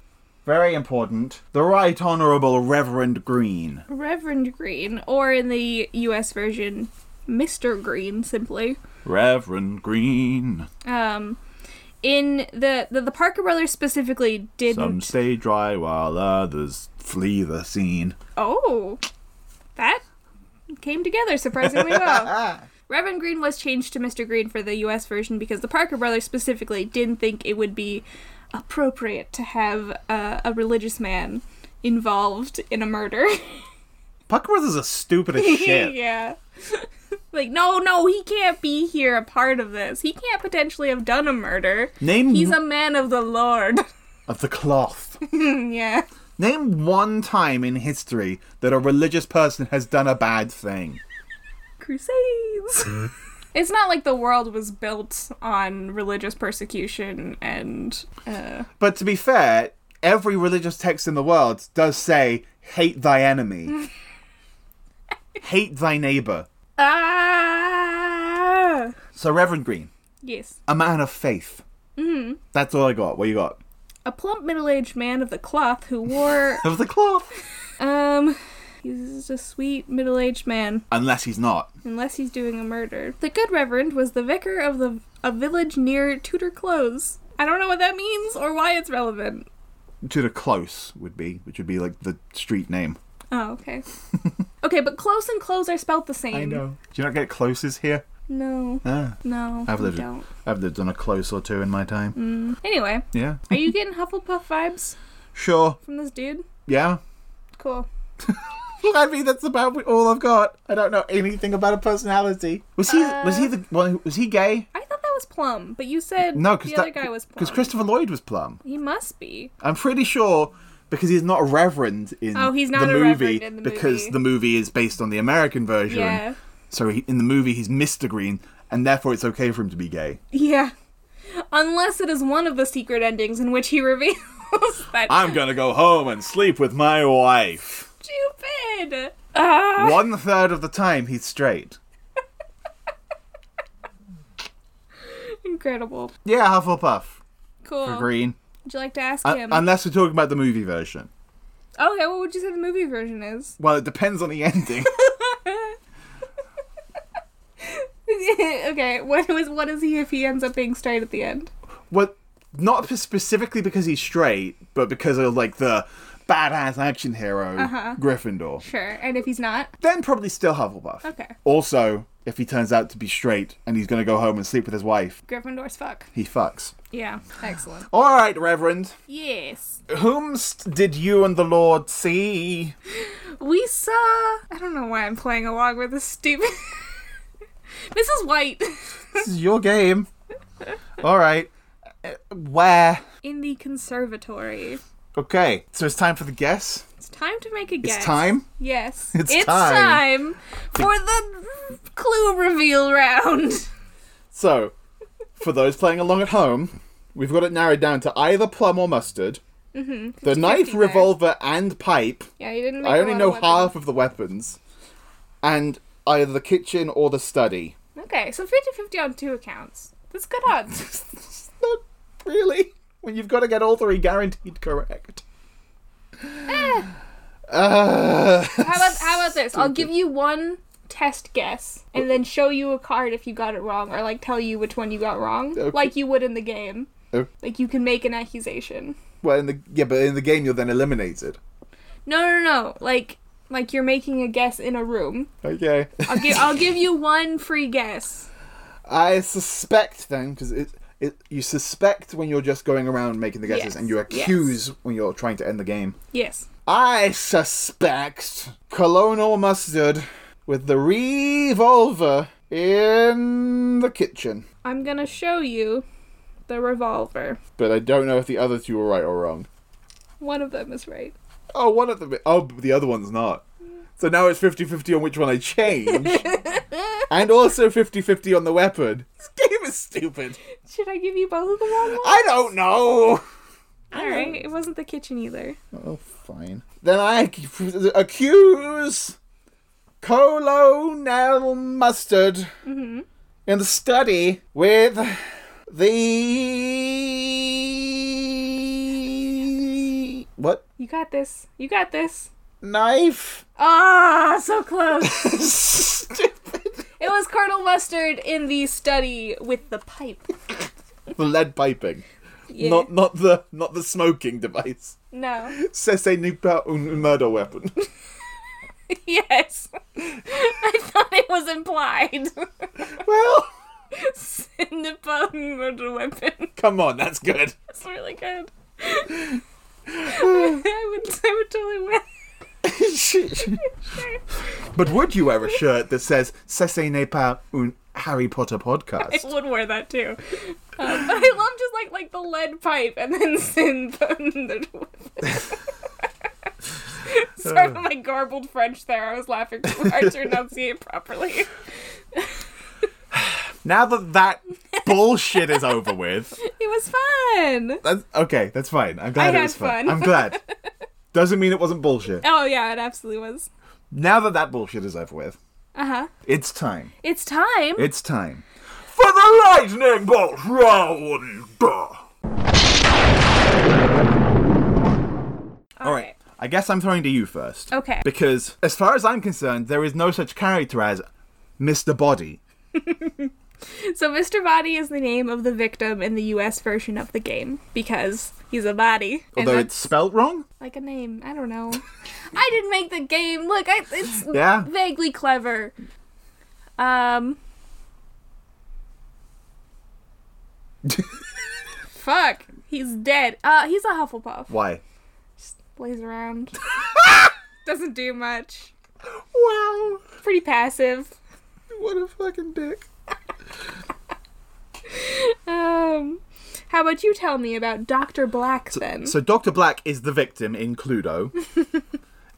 S1: Very important. The Right Honourable Reverend Green.
S2: Reverend Green, or in the US version, Mr. Green, simply.
S1: Reverend Green.
S2: Um, in the, the the Parker brothers specifically
S1: Some
S2: didn't.
S1: stay dry while others flee the scene.
S2: oh, that came together surprisingly well. Reverend Green was changed to Mr. Green for the U.S. version because the Parker brothers specifically didn't think it would be appropriate to have uh, a religious man involved in a murder.
S1: Puckworth is a stupid as shit.
S2: yeah. like, no, no, he can't be here a part of this. He can't potentially have done a murder.
S1: Name
S2: He's a man of the Lord.
S1: of the cloth.
S2: yeah.
S1: Name one time in history that a religious person has done a bad thing.
S2: Crusades.
S1: Mm-hmm.
S2: it's not like the world was built on religious persecution and. Uh,
S1: But to be fair, every religious text in the world does say, hate thy enemy, hate thy neighbor.
S2: ah!
S1: So, Reverend Green,
S2: Yes.
S1: a man of faith. That's all I got. What you got?
S2: A plump middle aged man of the cloth who wore.
S1: Of the cloth.
S2: um. He's a sweet middle aged man.
S1: Unless he's not.
S2: unless he's doing a murder. The good reverend was the vicar of the a village near Tudor Close. I don't know what that means or why it's relevant.
S1: To the close would be, which would be like the street name.
S2: Oh, okay. okay, but close and close are spelt the same.
S1: Do you not get closes here?
S2: No,
S1: Ah,
S2: no,
S1: I've
S2: we
S1: lived it.
S2: don't.
S1: I've lived on a close or two in my time.
S2: Mm. Anyway,
S1: Yeah.
S2: are you getting Hufflepuff vibes
S1: Sure.
S2: from this dude?
S1: Yeah.
S2: Cool.
S1: I mean, that's about all I've got. I don't know anything about a personality. Was he?
S2: Uh,
S1: was he the one? Who, was he gay?
S2: I thought that was Plum, but you said
S1: No, because
S2: the other guy was Plum.
S1: Christopher Lloyd was plum.
S2: he must be.
S1: I'm pretty sure because he's not a reverend in
S2: Oh, he's
S1: the
S2: not a
S1: movie
S2: reverend in the
S1: because
S2: movie.
S1: the movie is based on the American version.
S2: Yeah.
S1: So he, in the movie, he's Mister Green, and therefore it's okay for him to be gay.
S2: Yeah. Unless it is one of the secret endings in which he reveals that
S1: I'm gonna go home and sleep with my wife.
S2: stupid. Ah.
S1: One third of the time he's straight.
S2: incredible.
S1: Yeah, Hufflepuff
S2: Cool.
S1: for Green.
S2: Would you like to ask
S1: Uh,
S2: him?
S1: unless we're talking about the movie version.
S2: okay, what would you say the movie version is?
S1: Well, it depends on the ending.
S2: okay, what is what is he if he ends up being straight at the end?
S1: well, not specifically because he's straight, but because of like the badass action hero Gryffindor.
S2: Sure. And if he's not?
S1: Then probably still Hufflepuff.
S2: Okay.
S1: Also, if he turns out to be straight and he's gonna go home and sleep with his wife,
S2: Gryffindor's fuck.
S1: he fucks.
S2: Yeah. Excellent.
S1: All right, Reverend.
S2: Yes.
S1: Whomst did you and the Lord see?
S2: We saw I don't know why I'm playing along with this stupid Mrs. White
S1: This is your game. All right. Uh, Where?
S2: in the conservatory.
S1: Okay. So it's time for the guess.
S2: It's time to make a guess.
S1: It's time.
S2: Yes.
S1: It's
S2: time.
S1: time.
S2: for the clue reveal round.
S1: So, for those playing along at home, we've got it narrowed down to either plum or mustard. Mm-hmm. The knife,
S2: there.
S1: revolver, and pipe.
S2: Yeah, you didn't make
S1: I
S2: a
S1: only
S2: lot
S1: know
S2: of weapons.
S1: half of the weapons. And either the kitchen or the study.
S2: Okay, so 50-50 on two accounts. That's good odds.
S1: It's Not really. When you've got to get all three guaranteed correct. Uh,
S2: How about how about this? I'll give you one test guess and then show you a card if you got it wrong or like tell you which one you got wrong
S1: Okay.
S2: like you would in the game.
S1: Oh.
S2: Like you can make an accusation.
S1: well, in the yeah, but in the game you're then eliminated.
S2: No, no, no. Like like you're making a guess in a room.
S1: Okay.
S2: I'll give I'll give you one free guess.
S1: I suspect then, because it, it you suspect when you're just going around making the guesses,
S2: Yes,
S1: and you
S2: yes.
S1: accuse when you're trying to end the game.
S2: Yes.
S1: I suspect Colonel Mustard with the revolver in the kitchen,
S2: I'm going to show you the revolver.
S1: but I don't know if the other two are right or wrong.
S2: One of them is right.
S1: Oh, one of them. Oh, but the other one's not. So now it's 50 50 on which one I change. and also 50 50 on the weapon. This game is stupid.
S2: Should I give you both of the wrong ones?
S1: I don't know.
S2: All right. It wasn't the kitchen either.
S1: Oh, fine. Then I ac- accuse Colonel Mustard in the study with the. What?
S2: You got this. You got this.
S1: Knife?
S2: Ah, so close.
S1: Stupid.
S2: it was Colonel Mustard in the study with the pipe.
S1: The lead piping.
S2: Yeah.
S1: Not not the not the smoking device.
S2: No.
S1: C'est pas un murder weapon.
S2: yes. I thought it was implied.
S1: well,
S2: in the bone murder weapon.
S1: come on, that's good.
S2: That's really good. I would, I would totally win.
S1: but would you wear a shirt that says "Cessez n'est pas un Harry Potter
S2: I
S1: podcast"?
S2: would wear that too. Um, but I love just like like the lead pipe and then sin bone murder weapon. Sorry
S1: Uh.
S2: for my garbled French there. I was laughing too hard to enunciate properly.
S1: Now that that bullshit is over with,
S2: It was fun.
S1: that's, okay, that's fine. I'm glad
S2: I
S1: it
S2: had
S1: was fun.
S2: fun.
S1: I'm glad. Doesn't mean it wasn't bullshit.
S2: Oh yeah, it absolutely was.
S1: Now that that bullshit is over with,
S2: Uh huh.
S1: it's time.
S2: It's time.
S1: It's time for the lightning bolt round. All right. I guess I'm throwing to you first.
S2: Okay.
S1: Because as far as I'm concerned, there is no such character as Mr. Body.
S2: So Mr. Body is the name of the victim in the US version of the game because he's a body. And
S1: Although it's
S2: that's
S1: spelt wrong.
S2: like a name. I don't know. I didn't make the game. Look, I, it's
S1: Yeah.
S2: vaguely clever. Um Fuck. He's dead. Uh he's a Hufflepuff.
S1: Why?
S2: Plays around. Doesn't do much.
S1: Wow.
S2: Pretty passive.
S1: What a fucking dick.
S2: Um How about you tell me about Dr. Black then?
S1: So Doctor Black is the victim in Cluedo.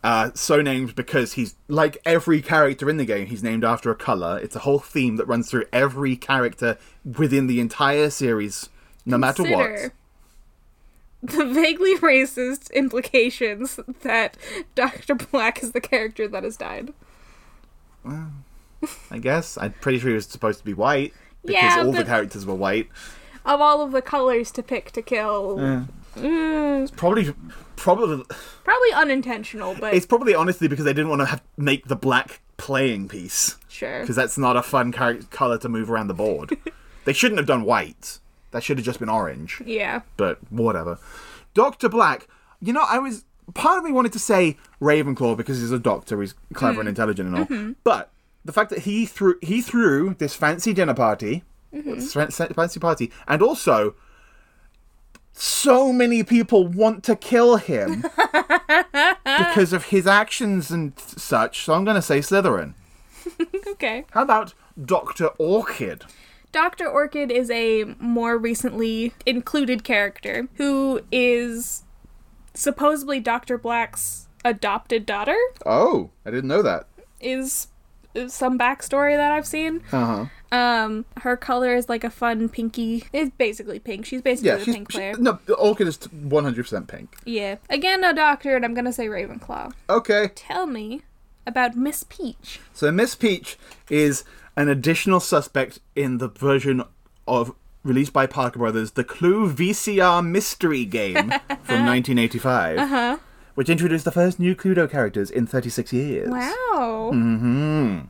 S1: Uh, so named because he's like every character in the game, he's named after a color. It's a whole theme that runs through every character within the entire series, no matter what.
S2: Consider The vaguely racist implications that Dr. Black is the character that has died.
S1: I guess I'm pretty sure he was supposed to be white because
S2: Yeah,
S1: all the
S2: but-
S1: characters were white.
S2: Of all of the colors to pick to kill, mm,
S1: Probably, probably
S2: probably unintentional, but
S1: it's probably honestly because they didn't want to have, make the black playing piece
S2: sure.
S1: because that's not a fun char- color to move around the board. they shouldn't have done white. That should have just been orange.
S2: Yeah.
S1: but whatever. Doctor Black, you know, I was part of me wanted to say Ravenclaw because he's a doctor, he's clever and intelligent and all, but the fact that he threw he threw this fancy dinner party, this fan- fancy party, and also so many people want to kill him because of his actions and such. So I'm going to say Slytherin.
S2: Okay.
S1: How about Doctor Orchid?
S2: Dr. Orchid is a more recently included character who is supposedly Dr. Black's adopted daughter,
S1: Oh, I didn't know that.
S2: is is some backstory that I've seen.
S1: Uh huh.
S2: Um, her color is like a fun pinky. It's basically pink. She's basically
S1: Yeah,
S2: the
S1: she's,
S2: pink
S1: she,
S2: player.
S1: no, Orchid is 100% pink.
S2: yeah. Again, a doctor, and I'm gonna say Ravenclaw.
S1: Okay.
S2: Tell me about Miss Peach.
S1: So Miss Peach is an additional suspect in the version of released by Parker Brothers, the Clue VCR mystery game from 1985, uh-huh. which introduced the first new Cluedo characters in 36 years.
S2: Wow.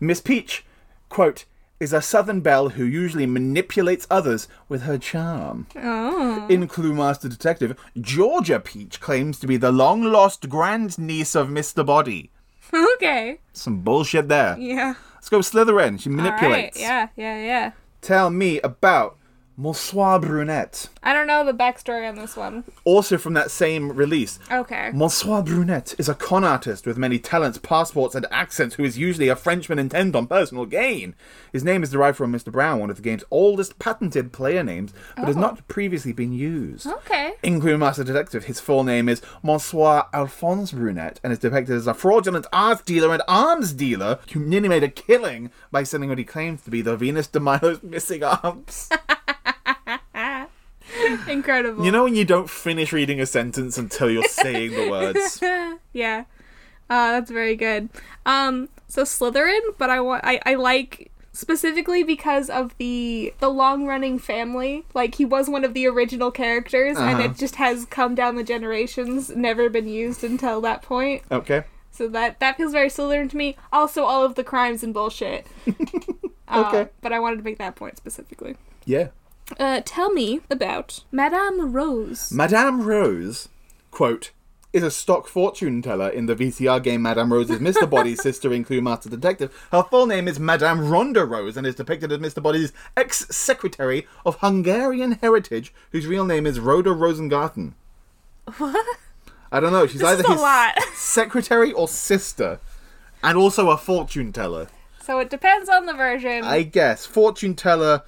S1: Miss Peach, quote, is a southern belle who usually manipulates others with her charm.
S2: Oh.
S1: In Clue Master Detective, Georgia Peach claims to be the long lost grandniece of Mr. Body. Mm-hmm.
S2: Okay.
S1: Some bullshit there.
S2: Yeah.
S1: Let's go with Slytherin. She
S2: All right.
S1: manipulates.
S2: Yeah. Yeah. Yeah.
S1: Tell me about Monsieur Brunette.
S2: I don't know the backstory on this one.
S1: Also from that same release.
S2: Okay.
S1: Monsieur Brunette is a con artist with many talents, passports, and accents who is usually a Frenchman intent on personal gain. His name is derived from Mr. Brown, one of the game's oldest patented player names, but has not previously been used.
S2: Oh. Okay.
S1: In Clue Master Detective, his full name is Monsieur Alphonse Brunette and is depicted as a fraudulent art dealer and arms dealer who nearly made a killing by selling what he claims to be the Venus de Milo's missing arms.
S2: Incredible.
S1: you know when you don't finish reading a sentence until you're saying the words?
S2: yeah. Uh, that's very good. Um, so Slytherin, but I want I, I like specifically because of the the long running family. Like he was one of the original characters,
S1: Uh-huh.
S2: and it just has come down the generations, never been used until that point.
S1: Okay.
S2: So that that feels very Slytherin to me. Also, all of the crimes and bullshit. Uh,
S1: Okay.
S2: But I wanted to make that point specifically.
S1: Yeah.
S2: Uh, tell me about Madame Rose.
S1: Madame Rose, quote, is a stock fortune teller in the VCR game Madame Rose is Mr. Body's sister in Clue Master Detective. Her full name is Madame Rhonda Rose and is depicted as Mr. Body's ex secretary of Hungarian heritage, whose real name is Rhoda Rosengarten. What? I don't know. She's either
S2: is a
S1: his
S2: lot.
S1: secretary or sister, and also a fortune teller.
S2: so it depends on the version.
S1: I guess. Fortune teller.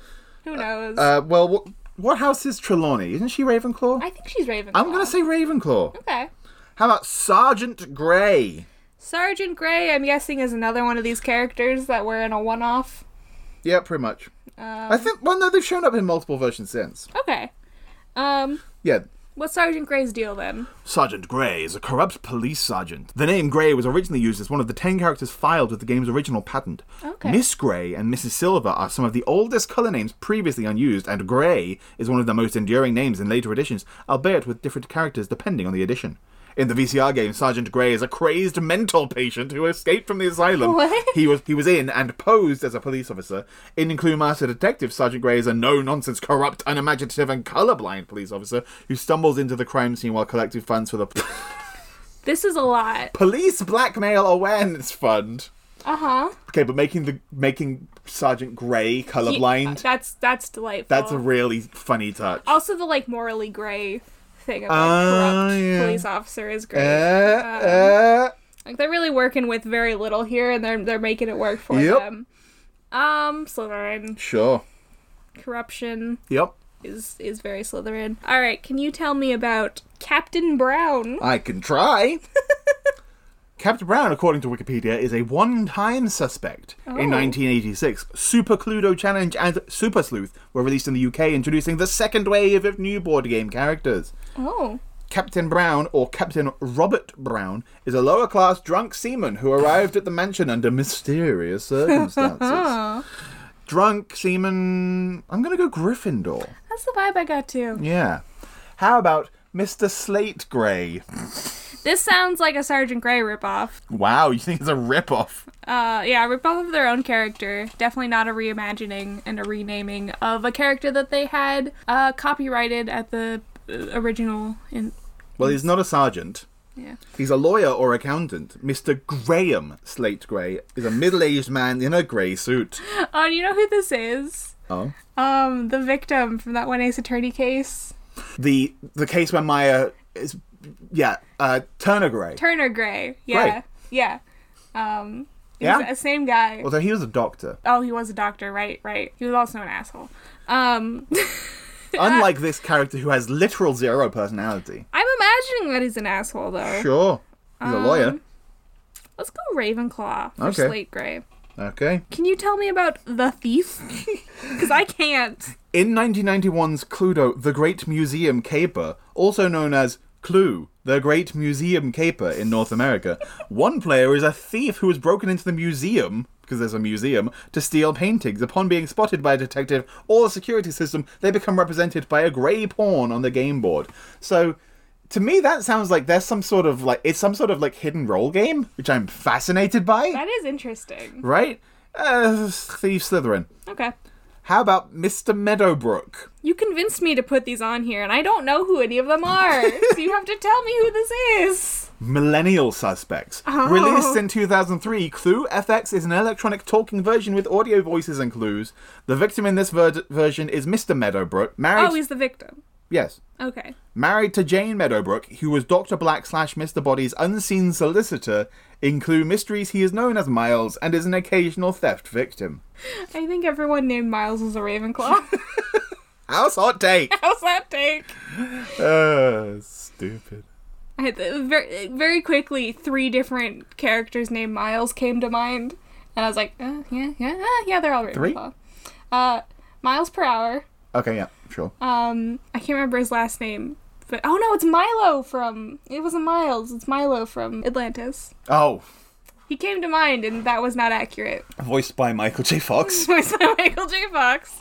S2: Who knows?
S1: Uh, well, what, what house is Trelawney? Isn't she Ravenclaw?
S2: I think she's Ravenclaw.
S1: I'm going to say Ravenclaw.
S2: Okay.
S1: How about Sergeant Grey?
S2: Sergeant Grey, I'm guessing, is another one of these characters that were in a one off.
S1: Yeah, pretty much. I think. Well, no, they've shown up in multiple versions since.
S2: Okay. Um,
S1: Yeah.
S2: what's Sergeant Grey's deal then?
S1: Sergeant Grey is a corrupt police sergeant. The name Grey was originally used as one of the ten characters filed with the game's original patent.
S2: Okay.
S1: Miss Grey and Mrs. Silver are some of the oldest colour names previously unused, and Grey is one of the most enduring names in later editions, albeit with different characters depending on the edition. In the VCR game, Sergeant Grey is a crazed mental patient who escaped from the asylum.
S2: What?
S1: He was he was in and posed as a police officer. In Clue Master Detective, Sergeant Grey is a no-nonsense, corrupt, unimaginative, and colorblind police officer who stumbles into the crime scene while collecting funds for the
S2: This is a lot.
S1: Police Blackmail Awareness Fund.
S2: Uh huh.
S1: Okay, but making the making Sergeant Grey colorblind.
S2: uh, That's that's delightful.
S1: that's a really funny touch.
S2: also the like morally gray thing of like,
S1: Ah,
S2: corrupt
S1: yeah.
S2: police officer is
S1: Uh,
S2: great.
S1: uh,
S2: like they're really working with very little here, and they're they're making it work for
S1: Yep.
S2: them. Um, Slytherin,
S1: sure.
S2: corruption,
S1: Yep.
S2: is is very Slytherin. All right, can you tell me about Captain Brown?
S1: I can try. Captain Brown, according to Wikipedia, is a one time suspect. In 1986, Super Cluedo Challenge and Super Sleuth were released in the UK, introducing the second wave of new board game characters.
S2: Oh,
S1: Captain Brown, or Captain Robert Brown, is a lower class drunk seaman who arrived at the mansion under mysterious circumstances. drunk seaman. I'm going to go Gryffindor.
S2: that's the vibe I got too.
S1: Yeah. How about Mr. Slate Grey?
S2: This sounds like a Sergeant Grey ripoff.
S1: Wow, you think it's a ripoff?
S2: Uh, yeah, ripoff of their own character. Definitely not a reimagining and a renaming of a character that they had uh, copyrighted at the uh, original. In
S1: Well, he's not a sergeant.
S2: yeah.
S1: He's a lawyer or accountant. Mr. Graham Slate Grey is a middle aged man in a grey suit.
S2: Oh, do you know who this is?
S1: Oh.
S2: Um, the victim from that one Ace Attorney case,
S1: The the case where Maya is yeah, uh Turner Grey.
S2: Turner Gray. Yeah,
S1: Right.
S2: yeah. Um, it
S1: Yeah?
S2: was the same guy.
S1: Although he was a doctor.
S2: Oh, he was a doctor, right? Right. He was also an asshole. Um,
S1: Unlike this character who has literal zero personality.
S2: I'm imagining that he's an asshole though.
S1: Sure. Um, He's a lawyer.
S2: Let's go Ravenclaw for
S1: Okay.
S2: Slate Gray.
S1: Okay.
S2: Can you tell me about the thief? Because I can't.
S1: In 1991's Cluedo, The Great Museum Caper, also known as Clue, The Great Museum Caper in North America, one player is a thief who has broken into the museum, because there's a museum, to steal paintings. Upon being spotted by a detective or the security system, they become represented by a grey pawn on the game board. So. To me, that sounds like there's some sort of like it's some sort of like hidden role game, which I'm fascinated by.
S2: That is interesting.
S1: Right? Uh, Thief Slytherin.
S2: Okay.
S1: How about Mr. Meadowbrook?
S2: You convinced me to put these on here, and I don't know who any of them are. so you have to tell me who this is.
S1: Millennial Suspects.
S2: Oh.
S1: Released in 2003, Clue FX is an electronic talking version with audio voices and clues. The victim in this ver- version is Mr. Meadowbrook, married.
S2: Oh, he's the victim.
S1: yes.
S2: Okay.
S1: Married to Jane Meadowbrook, who was Dr. Black slash Mr. Body's unseen solicitor. In Clue Mysteries, he is known as Miles and is an occasional theft victim.
S2: I think everyone named Miles was a Ravenclaw.
S1: House hot take!
S2: How's that take?
S1: uh, stupid.
S2: I had the, very, very quickly, three different characters named Miles came to mind, and I was like, uh, yeah, yeah, uh, yeah, they're all
S1: Three?
S2: Ravenclaw. Uh, miles per hour.
S1: Okay, yeah, sure.
S2: Um, I can't remember his last name, but oh no, it's Milo from. It wasn't Miles. It's Milo from Atlantis.
S1: Oh,
S2: He came to mind, and that was not accurate.
S1: voiced by Michael J. Fox.
S2: Voiced by Michael J. Fox.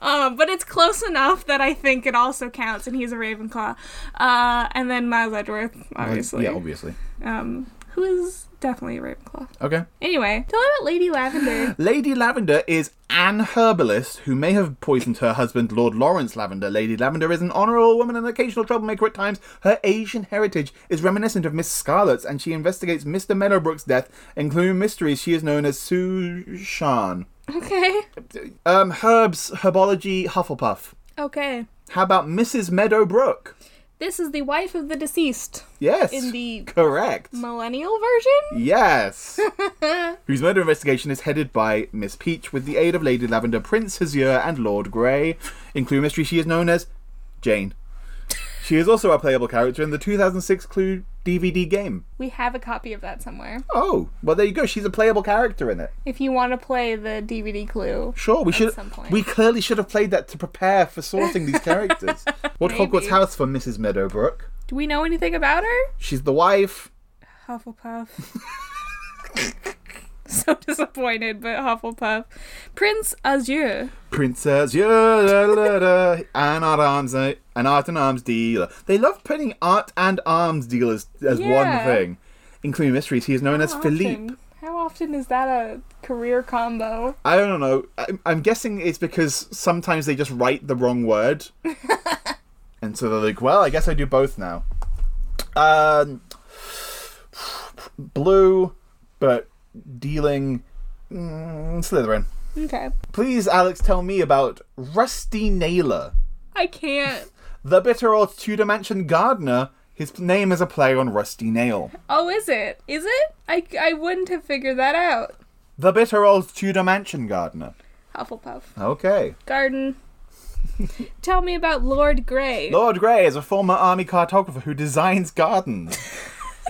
S2: Um, but it's close enough that I think it also counts, and he's a Ravenclaw. Uh, and then Miles Edgeworth, obviously.
S1: Yeah, obviously.
S2: um, who is definitely a Ravenclaw.
S1: Okay.
S2: Anyway, tell me about Lady Lavender.
S1: Lady Lavender is an herbalist who may have poisoned her husband, Lord Lawrence Lavender. Lady Lavender is an honourable woman and an occasional troublemaker at times. Her Asian heritage is reminiscent of Miss Scarlet's, and she investigates Mr. Meadowbrook's death, including mysteries. She is known as Sue Shan.
S2: okay.
S1: Um, herbs, herbology, Hufflepuff.
S2: Okay.
S1: How about Mrs. Meadowbrook?
S2: This is the wife of the deceased.
S1: Yes.
S2: In the-
S1: Correct.
S2: Millennial version?
S1: Yes. Whose murder investigation is headed by Miss Peach with the aid of Lady Lavender, Prince Hazure, and Lord Grey. In Clue Mystery, she is known as Jane. She is also a playable character in the 2006 Clue DVD game.
S2: We have a copy of that somewhere.
S1: Oh, well, there you go. She's a playable character in it.
S2: If you want to play the DVD clue.
S1: Sure, we should.
S2: some point.
S1: We clearly should have played that to prepare for sorting these characters. what
S2: Maybe.
S1: Hogwarts house for Mrs. Meadowbrook?
S2: Do we know anything about her?
S1: She's the wife.
S2: Hufflepuff. so disappointed, but Hufflepuff. Prince Azure.
S1: Princess, yeah, la, la, la, an art arms, eh, an art and arms dealer. They love putting art and arms dealers as
S2: Yeah.
S1: one thing. In Clue Mysteries, he is known as Philippe.
S2: Often- How often is that a career combo?
S1: I don't know. I'm, I'm guessing it's because sometimes they just write the wrong word, and so they're like, "Well, I guess I do both now." Um, blue, but dealing mm, Slytherin.
S2: Okay.
S1: Please, Alex, tell me about Rusty Naylor.
S2: I can't.
S1: The bitter old Tudor Mansion gardener. His name is a play on Rusty Nail.
S2: Oh, is it? Is it? I, I wouldn't have figured that out.
S1: The bitter old Tudor Mansion gardener.
S2: Hufflepuff.
S1: Okay.
S2: Garden. Tell me about Lord Grey.
S1: Lord Grey is a former army cartographer who designs gardens.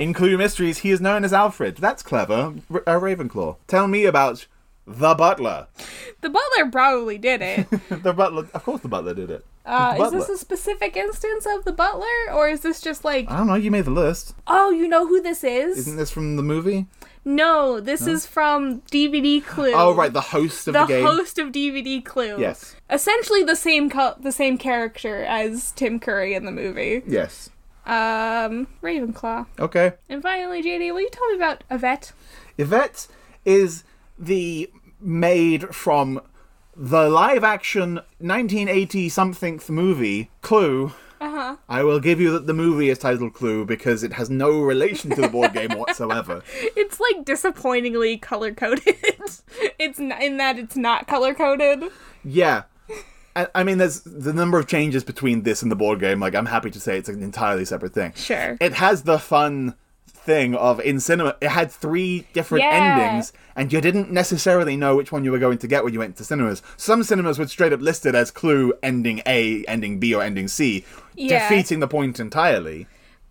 S1: In Clue Mysteries, he is known as Alfred. That's clever. R- uh, Ravenclaw. Tell me about the butler.
S2: The butler probably did it.
S1: the butler. Of course, the butler did it.
S2: Uh,
S1: The
S2: is this
S1: butler.
S2: a specific instance of the butler, or is this just like,
S1: I don't know. You made the list.
S2: oh, you know who this is?
S1: Isn't this from the movie?
S2: no, this is from DVD Clue.
S1: Oh, right. The host of the,
S2: The
S1: game.
S2: host of DVD Clue.
S1: Yes.
S2: Essentially the same co- the same character as Tim Curry in the movie.
S1: Yes.
S2: Um, Ravenclaw.
S1: Okay.
S2: And finally, JD, will you tell me about Yvette?
S1: Yvette is the maid from the live action 1980 something movie Clue.
S2: Uh-huh.
S1: I will give you that the movie is titled Clue because it has no relation to the board game whatsoever.
S2: It's like disappointingly color coded. it's n- in that it's not color coded.
S1: Yeah. I I mean, there's the number of changes between this and the board game. Like, I'm happy to say it's an entirely separate thing.
S2: Sure.
S1: It has the fun thing of in cinema, it had three different
S2: Yeah.
S1: endings, and you didn't necessarily know which one you were going to get when you went to cinemas. Some cinemas would straight up list it as clue ending A, ending B, or ending C,
S2: Yeah.
S1: defeating the point entirely.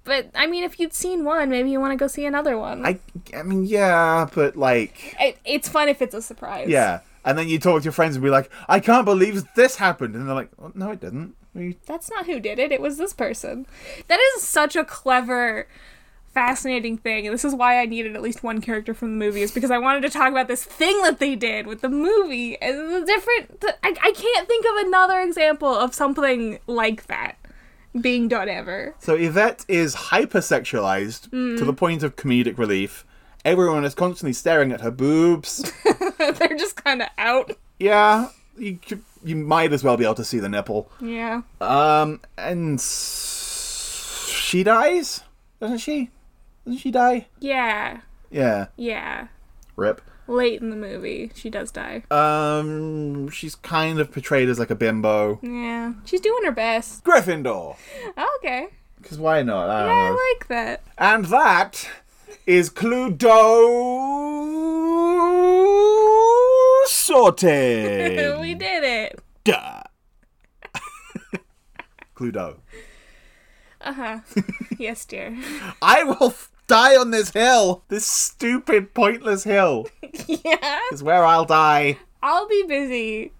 S2: But I mean, if you'd seen one, maybe you want to go see another one.
S1: I, I mean, yeah, but like.
S2: it, it's fun if it's a surprise.
S1: Yeah. And then you talk to your friends and be like, I can't believe this happened. And they're like, well, no, it didn't. We
S2: That's not who did it. It was this person. That is such a clever, fascinating thing. And this is why I needed at least one character from the movie, is because I wanted to talk about this thing that they did with the movie and the different. th- I, I can't think of another example of something like that being done ever.
S1: So Yvette is hypersexualized
S2: Mm.
S1: to the point of comedic relief. Everyone is constantly staring at her boobs.
S2: They're just kind of out.
S1: yeah, you c- you might as well be able to see the nipple.
S2: Yeah.
S1: Um, and s- she dies, doesn't she? Doesn't she die?
S2: Yeah.
S1: Yeah,
S2: Yeah.
S1: rip.
S2: Late in the movie, she does die.
S1: Um, she's kind of portrayed as like a bimbo.
S2: Yeah. She's doing her best.
S1: Gryffindor,
S2: okay.
S1: because why not? I don't know.
S2: I like that.
S1: And that is Cluedo sorted.
S2: we did it.
S1: Cluedo.
S2: Uh huh. yes, dear.
S1: I will f- die on this hill. This stupid, pointless hill
S2: yeah.
S1: is where I'll die.
S2: I'll be busy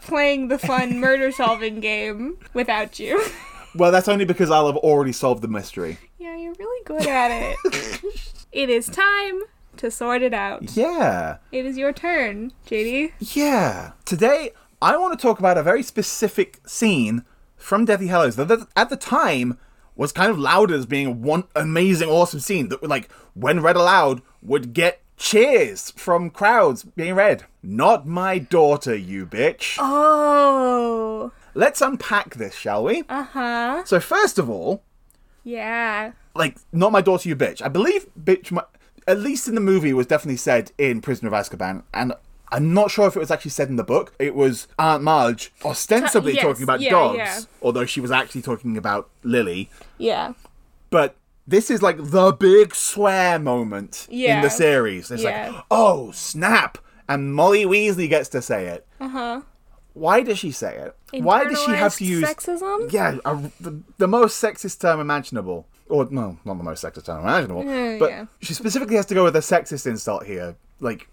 S2: playing the fun murder solving game without you.
S1: Well, that's only because I'll have already solved the mystery.
S2: yeah, you're really good at it. it is time to sort it out.
S1: Yeah.
S2: It is your turn, JD.
S1: Yeah. Today, I want to talk about a very specific scene from Deathly Hallows that that at the time was kind of lauded as being one amazing, awesome scene that, like, when read aloud, would get cheers from crowds being read. Not my daughter, you bitch.
S2: Oh.
S1: Let's unpack this, shall we?
S2: Uh huh.
S1: So, first of all,
S2: Yeah.
S1: like, not my daughter, you bitch. I believe bitch, my, at least in the movie, was definitely said in Prisoner of Azkaban, and I'm not sure if it was actually said in the book. It was Aunt Marge ostensibly
S2: Ta- yes,
S1: talking about
S2: yeah,
S1: dogs,
S2: yeah.
S1: although she was actually talking about Lily.
S2: Yeah.
S1: But this is like the big swear moment in
S2: Yeah.
S1: the series. It's
S2: Yeah.
S1: like, oh snap! And Molly Weasley gets to say it. Uh huh.
S2: Uh-huh.
S1: Why does she say it? Why does she have to
S2: Internalized
S1: use
S2: sexism?
S1: yeah, a, the, the most sexist term imaginable. Or, no, not the most sexist term imaginable.
S2: Yeah,
S1: but
S2: Hmm, yeah.
S1: she specifically has to go with a sexist insult here. Like,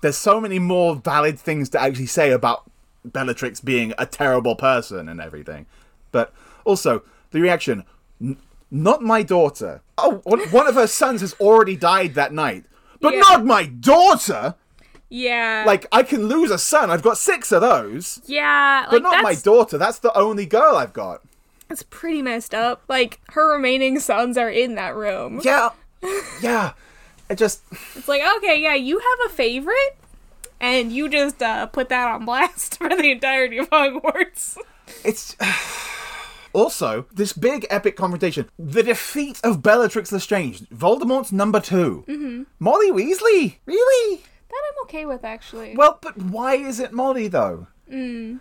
S1: there's so many more valid things to actually say about Bellatrix being a terrible person and everything. But also, the reaction "N- not my daughter. Oh, one one of her sons has already died that night. But
S2: Yeah.
S1: not my daughter!
S2: Yeah.
S1: Like, I can lose a son. I've got six of those.
S2: yeah.
S1: But
S2: Like
S1: not my
S2: that's
S1: daughter. That's the only girl I've got.
S2: that's pretty messed up. Like her remaining sons are in that room.
S1: Yeah. Yeah. It just
S2: It's like, okay, yeah, you have a favorite, and you just uh, put that on blast for the entirety of Hogwarts.
S1: it's also this big epic confrontation. The defeat of Bellatrix Lestrange, Voldemort's number 2 Mm-hmm. Molly Weasley, really?
S2: That I'm okay with, actually.
S1: Well, but why is it Molly though?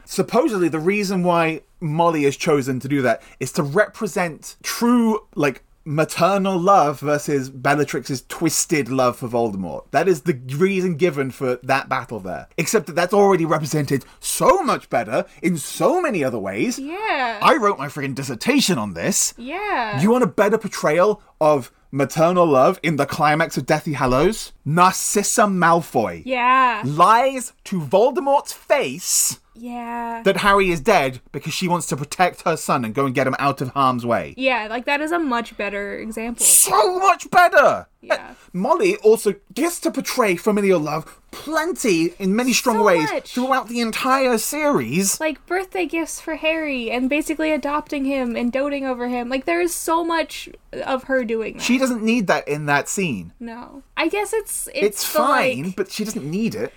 S1: Supposedly, the reason why Molly is chosen to do that is to represent true, like maternal love versus Bellatrix's twisted love for Voldemort. That is the reason given for that battle there. Except that that's already represented so much better in so many other ways.
S2: Yeah.
S1: I wrote my freaking dissertation on this.
S2: yeah.
S1: You want a better portrayal of maternal love in the climax of Deathly Hallows? Narcissa Malfoy
S2: yeah.
S1: lies to Voldemort's face
S2: Yeah.
S1: that Harry is dead because she wants to protect her son and go and get him out of harm's way.
S2: yeah, like that is a much better example. of-
S1: So much better!
S2: Yeah.
S1: Molly also gets to portray familial love plenty in many strong
S2: So
S1: ways
S2: much.
S1: throughout the entire series.
S2: Like birthday gifts for Harry and basically adopting him and doting over him. Like there is so much of her doing that.
S1: She doesn't need that in that scene.
S2: no. I guess it's
S1: It's,
S2: it's, the, like,
S1: fine, but she doesn't need it.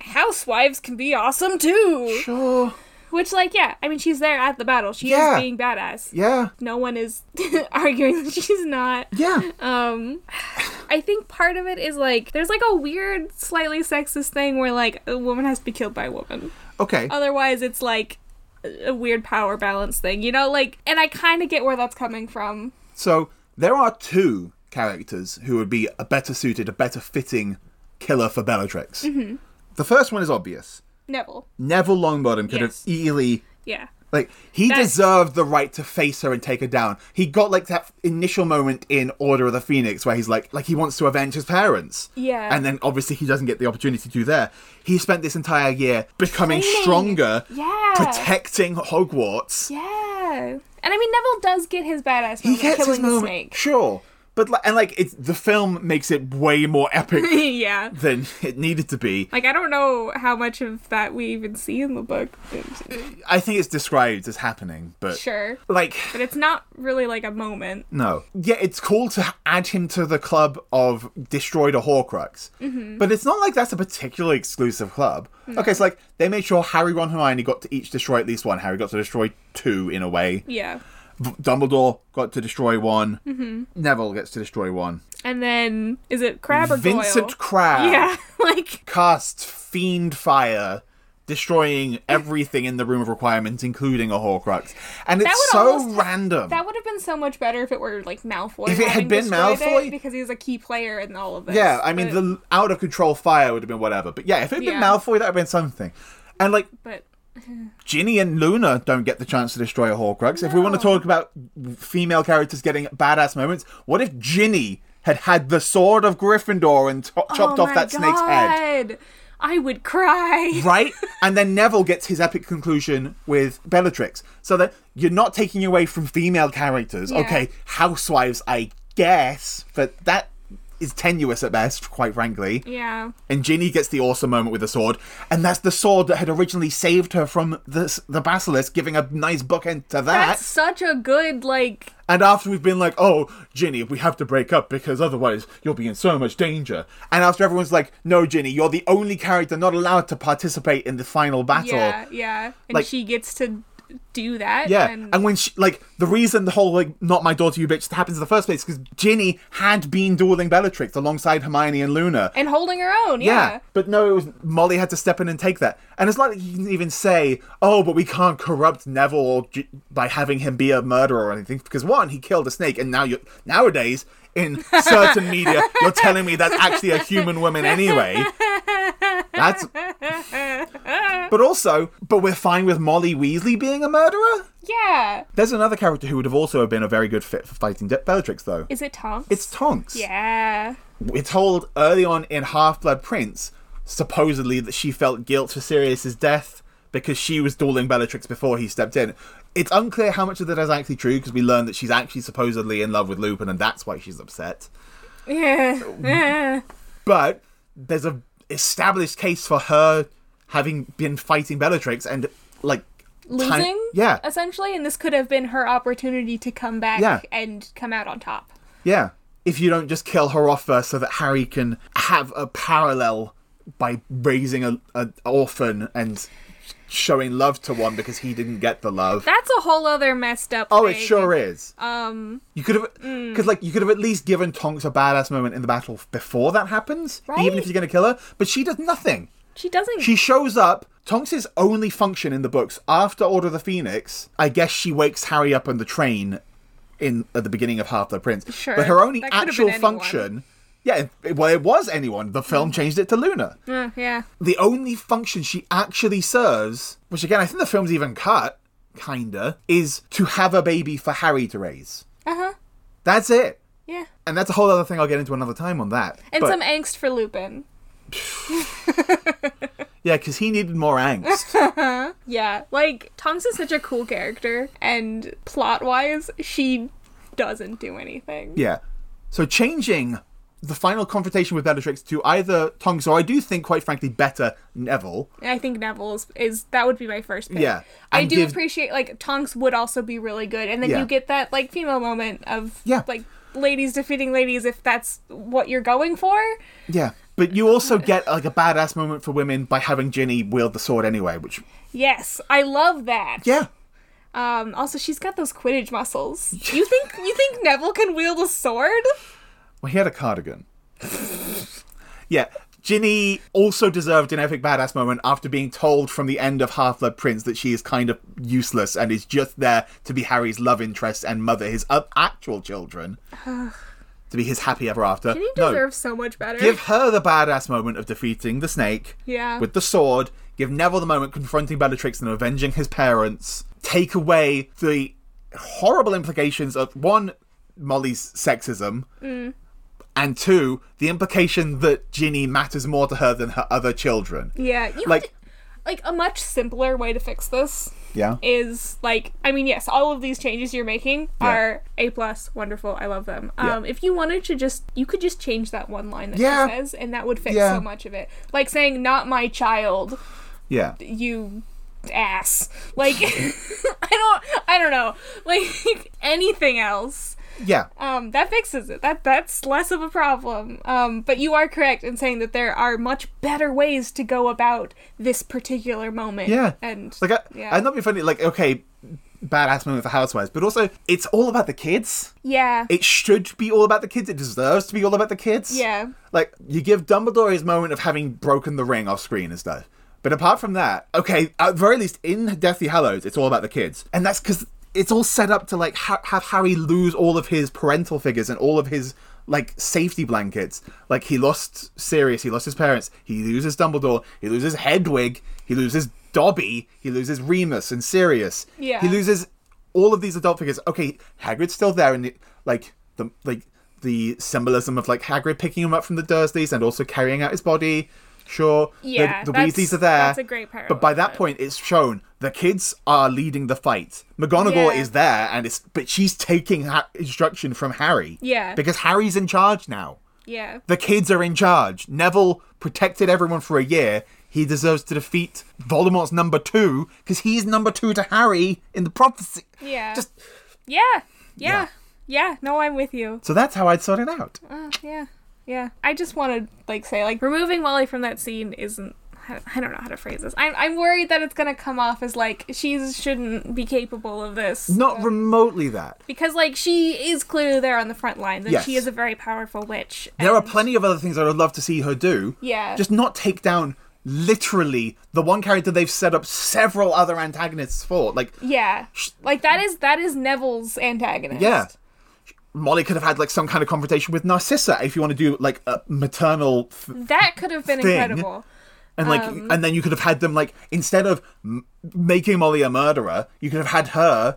S2: housewives can be awesome too.
S1: Sure.
S2: Which, like, yeah, I mean, she's there at the battle. She
S1: Yeah.
S2: is being badass.
S1: Yeah.
S2: No one is arguing that she's not.
S1: Yeah.
S2: Um, I think part of it is like there's like a weird, slightly sexist thing where like a woman has to be killed by a woman.
S1: Okay.
S2: Otherwise, it's like a weird power balance thing, you know? Like, and I kind of get where that's coming from.
S1: So there are two characters who would be a better suited, a better fitting killer for Bellatrix.
S2: Mm-hmm.
S1: The first one is obvious.
S2: Neville.
S1: Neville Longbottom could
S2: Yes.
S1: have easily
S2: Yeah.
S1: like he
S2: That-
S1: deserved the right to face her and take her down. He got like that initial moment in Order of the Phoenix where he's like like he wants to avenge his parents.
S2: Yeah.
S1: And then obviously he doesn't get the opportunity to there. He spent this entire year becoming
S2: Training.
S1: stronger,
S2: Yeah.
S1: protecting Hogwarts.
S2: Yeah. And I mean, Neville does get his badass
S1: he
S2: moment
S1: gets
S2: killing
S1: his
S2: the
S1: moment.
S2: snake.
S1: Sure, but like, and like it's the film makes it way more epic
S2: yeah.
S1: than it needed to be.
S2: Like, I don't know how much of that we even see in the book.
S1: I think it's described as happening, but
S2: Sure.
S1: like
S2: But it's not really like a moment.
S1: no, yeah, it's cool to add him to the club of destroyed a Horcrux,
S2: Mm-hmm.
S1: but it's not like that's a particularly exclusive club. Okay, so like they made sure Harry, Ron, and Hermione got to each destroy at least one. Harry got to destroy two in a way.
S2: Yeah.
S1: V- Dumbledore got to destroy one.
S2: Mm-hmm.
S1: Neville gets to destroy one.
S2: And then, is it Crab or
S1: Vincent
S2: Doyle?
S1: Crabbe.
S2: Yeah. Like,
S1: casts fiend fire destroying everything in the room of requirements including a horcrux and it's
S2: would
S1: so
S2: almost-
S1: random
S2: that would have been so much better if it were like Malfoy.
S1: If it had
S2: having
S1: been
S2: destroyed it,
S1: Malfoy-
S2: because he's a key player in all of this.
S1: yeah i mean
S2: but,
S1: the out of control fire would have been whatever but yeah if it had been
S2: Yeah.
S1: malfoy that would have been something and like
S2: But
S1: ginny and luna don't get the chance to destroy a horcrux if we want to talk about female characters getting badass moments what if ginny had had the sword of gryffindor and to- chopped
S2: oh
S1: off
S2: my
S1: that snake's head
S2: God. I would cry.
S1: right? and then Neville gets his epic conclusion with Bellatrix. So that you're not taking away from female characters.
S2: Yeah.
S1: Okay, housewives, I guess, but that is tenuous at best, quite frankly.
S2: Yeah.
S1: And Ginny gets the awesome moment with the sword, and that's the sword that had originally saved her from the the basilisk, giving a nice bookend to that.
S2: That's such a good like.
S1: And after we've been like, oh, Ginny, we have to break up because otherwise you'll be in so much danger. And after everyone's like, no, Ginny, you're the only character not allowed to participate in the final battle.
S2: Yeah. Yeah. And
S1: Like-
S2: she gets to do that.
S1: Yeah,
S2: And,
S1: and, when she like the reason the whole like not my daughter you bitch happens in the first place because Ginny had been dueling Bellatrix alongside Hermione and Luna.
S2: and holding her own. Yeah.
S1: but no, it was Molly had to step in and take that. And it's like you can even say, oh, but we can't corrupt Neville or G- by having him be a murderer or anything because one, he killed a snake, and now you nowadays in certain media you're telling me that's actually a human woman anyway. That's. But also, but we're fine with Molly Weasley being a murderer.
S2: Yeah.
S1: There's another character who would have also been a very good fit for fighting De- Bellatrix, though.
S2: Is it Tonks?
S1: It's Tonks.
S2: Yeah.
S1: We're told early on in Half Blood Prince, supposedly, that she felt guilt for Sirius's death because she was dueling Bellatrix before he stepped in. It's unclear how much of that is actually true because we learn that she's actually supposedly in love with Lupin and that's why she's upset.
S2: Yeah. Yeah.
S1: But there's a established case for her having been fighting Bellatrix and like ti-
S2: losing
S1: yeah,
S2: essentially and this could have been her opportunity to come back
S1: Yeah.
S2: and come out on top
S1: Yeah. If you don't just kill her off first so that Harry can have a parallel by raising a, an orphan and showing love to one because he didn't get the love.
S2: that's a whole other messed up
S1: Oh, it
S2: thing.
S1: sure is.
S2: um
S1: You could have, because like you could have at least given Tonks a badass moment in the battle before that happens, even
S2: Right?
S1: if you're going to kill her. But she does nothing.
S2: she doesn't
S1: She shows up. Tonks' only function in the books after Order of the Phoenix, I guess she wakes Harry up on the train in at the beginning of Half Blood Prince.
S2: Sure,
S1: But her only
S2: that could have
S1: actual
S2: been anyone. Mm.
S1: function. Yeah, it- well, it was anyone. The film changed it to Luna.
S2: Uh, yeah.
S1: The only function she actually serves, which again, I think the film's even cut, kinda, is to have a baby for Harry to raise.
S2: Uh huh.
S1: That's it.
S2: Yeah.
S1: And that's a whole other thing I'll get into another time on that.
S2: And
S1: But-
S2: some angst for Lupin.
S1: Yeah, because he needed more angst.
S2: Yeah. Like, Tonks is such a cool character, and plot wise, she doesn't do anything.
S1: yeah. So changing the final confrontation with Bellatrix to either Tonks or I do think, quite frankly, better Neville.
S2: I think Neville is, is that would be my first pick.
S1: Yeah.
S2: I
S1: And
S2: do
S1: give-
S2: appreciate like Tonks would also be really good, and then
S1: Yeah.
S2: you get that like female moment of
S1: Yeah.
S2: like ladies defeating ladies if that's what you're going for.
S1: Yeah. But you also get like a badass moment for women by having Ginny wield the sword anyway, which
S2: Yes, I love that.
S1: yeah.
S2: Um, also, she's got those Quidditch muscles. You think you think Neville can wield a sword?
S1: Well, he had a cardigan. yeah. Ginny also deserved an epic badass moment after being told from the end of Half Blood Prince that she is kind of useless and is just there to be Harry's love interest and mother his uh, actual children. to be his happy ever after.
S2: He
S1: No.
S2: deserves so much better.
S1: Give her the badass moment of defeating the snake
S2: Yeah.
S1: with the sword. Give Neville the moment confronting Bellatrix and avenging his parents. Take away the horrible implications of one, Molly's sexism,
S2: Mm.
S1: and two, the implication that Ginny matters more to her than her other children.
S2: yeah, you
S1: Like-
S2: like like a much simpler way to fix this
S1: Yeah.
S2: is like I mean yes, all of these changes you're making
S1: Yeah.
S2: are a plus, wonderful, I love them.
S1: Yeah.
S2: Um, if you wanted to just you could just change that one line that
S1: Yeah.
S2: she says, and that would fix
S1: Yeah.
S2: so much of it. Like saying "not my child,"
S1: Yeah.
S2: you ass. Like I don't I don't know like anything else.
S1: Yeah.
S2: um, that fixes it. That that's less of a problem. Um, but you are correct in saying that there are much better ways to go about this particular moment.
S1: Yeah.
S2: and
S1: Like, I,
S2: yeah,
S1: I'd not be funny, like, okay, badass moment for housewives, but also, it's all about the kids.
S2: yeah,
S1: It should be all about the kids. It deserves to be all about the kids.
S2: yeah,
S1: Like, you give Dumbledore his moment of having broken the ring off screen and stuff. But apart from that, okay, at very least in Deathly Hallows, it's all about the kids. And that's because it's all set up to, like, ha- have Harry lose all of his parental figures and all of his, like, safety blankets. Like, he lost Sirius, he lost his parents, he loses Dumbledore, he loses Hedwig, he loses Dobby, he loses Remus and Sirius.
S2: Yeah.
S1: He loses all of these adult figures. Okay, Hagrid's still there, and it, like the like the symbolism of like Hagrid picking him up from the Dursleys and also carrying out his body. Sure, the-
S2: Yeah,
S1: the,
S2: that's-
S1: Weasleys are there.
S2: that's a great
S1: But by
S2: parallel,
S1: that
S2: but-
S1: point, it's shown the kids are leading the fight. McGonagall
S2: Yeah.
S1: is there, and it's but she's taking ha- instruction from Harry.
S2: Yeah.
S1: because Harry's in charge now.
S2: yeah.
S1: The kids are in charge. Neville protected everyone for a year. He deserves to defeat Voldemort's number two because he's number two to Harry in the prophecy.
S2: Yeah.
S1: Just
S2: yeah, yeah, yeah. No, I'm with you.
S1: so that's how I'd sort it out.
S2: Uh, yeah, yeah. I just want to like say like removing Molly from that scene isn't. I I don't know how to phrase this. I'm, I'm worried that it's gonna come off as like she shouldn't be capable of this.
S1: Not remotely that.
S2: because like she is clearly there on the front lines and
S1: Yes.
S2: she is a very powerful witch.
S1: There are
S2: and-
S1: plenty of other things I would love to see her do.
S2: Yeah.
S1: Just not take down literally the one character they've set up several other antagonists for. Like
S2: Yeah. Like that is that is Neville's antagonist.
S1: Yeah. Molly could have had like some kind of confrontation with Narcissa if you want to do like a maternal th-
S2: That could have been
S1: Thing.
S2: incredible.
S1: and like
S2: Um,
S1: and then you could have had them like instead of m- making Molly a murderer, you could have had her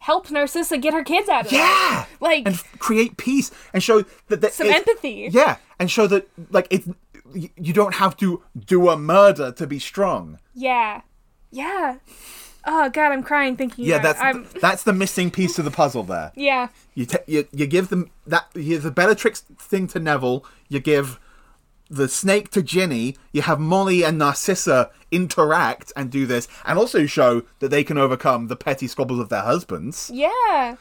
S2: Help Narcissa get her kids out of there.
S1: yeah
S2: Like-
S1: and f- create peace and show that, that
S2: Some
S1: it-
S2: empathy.
S1: yeah and show that like it y- you don't have to do a murder to be strong
S2: Yeah. Yeah. Oh god, I'm crying thinking
S1: yeah
S2: about it.
S1: that's
S2: I'm
S1: that's the missing piece to the puzzle there
S2: yeah.
S1: you ta you, you give them that you, the Bellatrix thing to Neville you give the snake to Ginny you have Molly and Narcissa interact and do this and also show that they can overcome the petty squabbles of their husbands
S2: Yeah.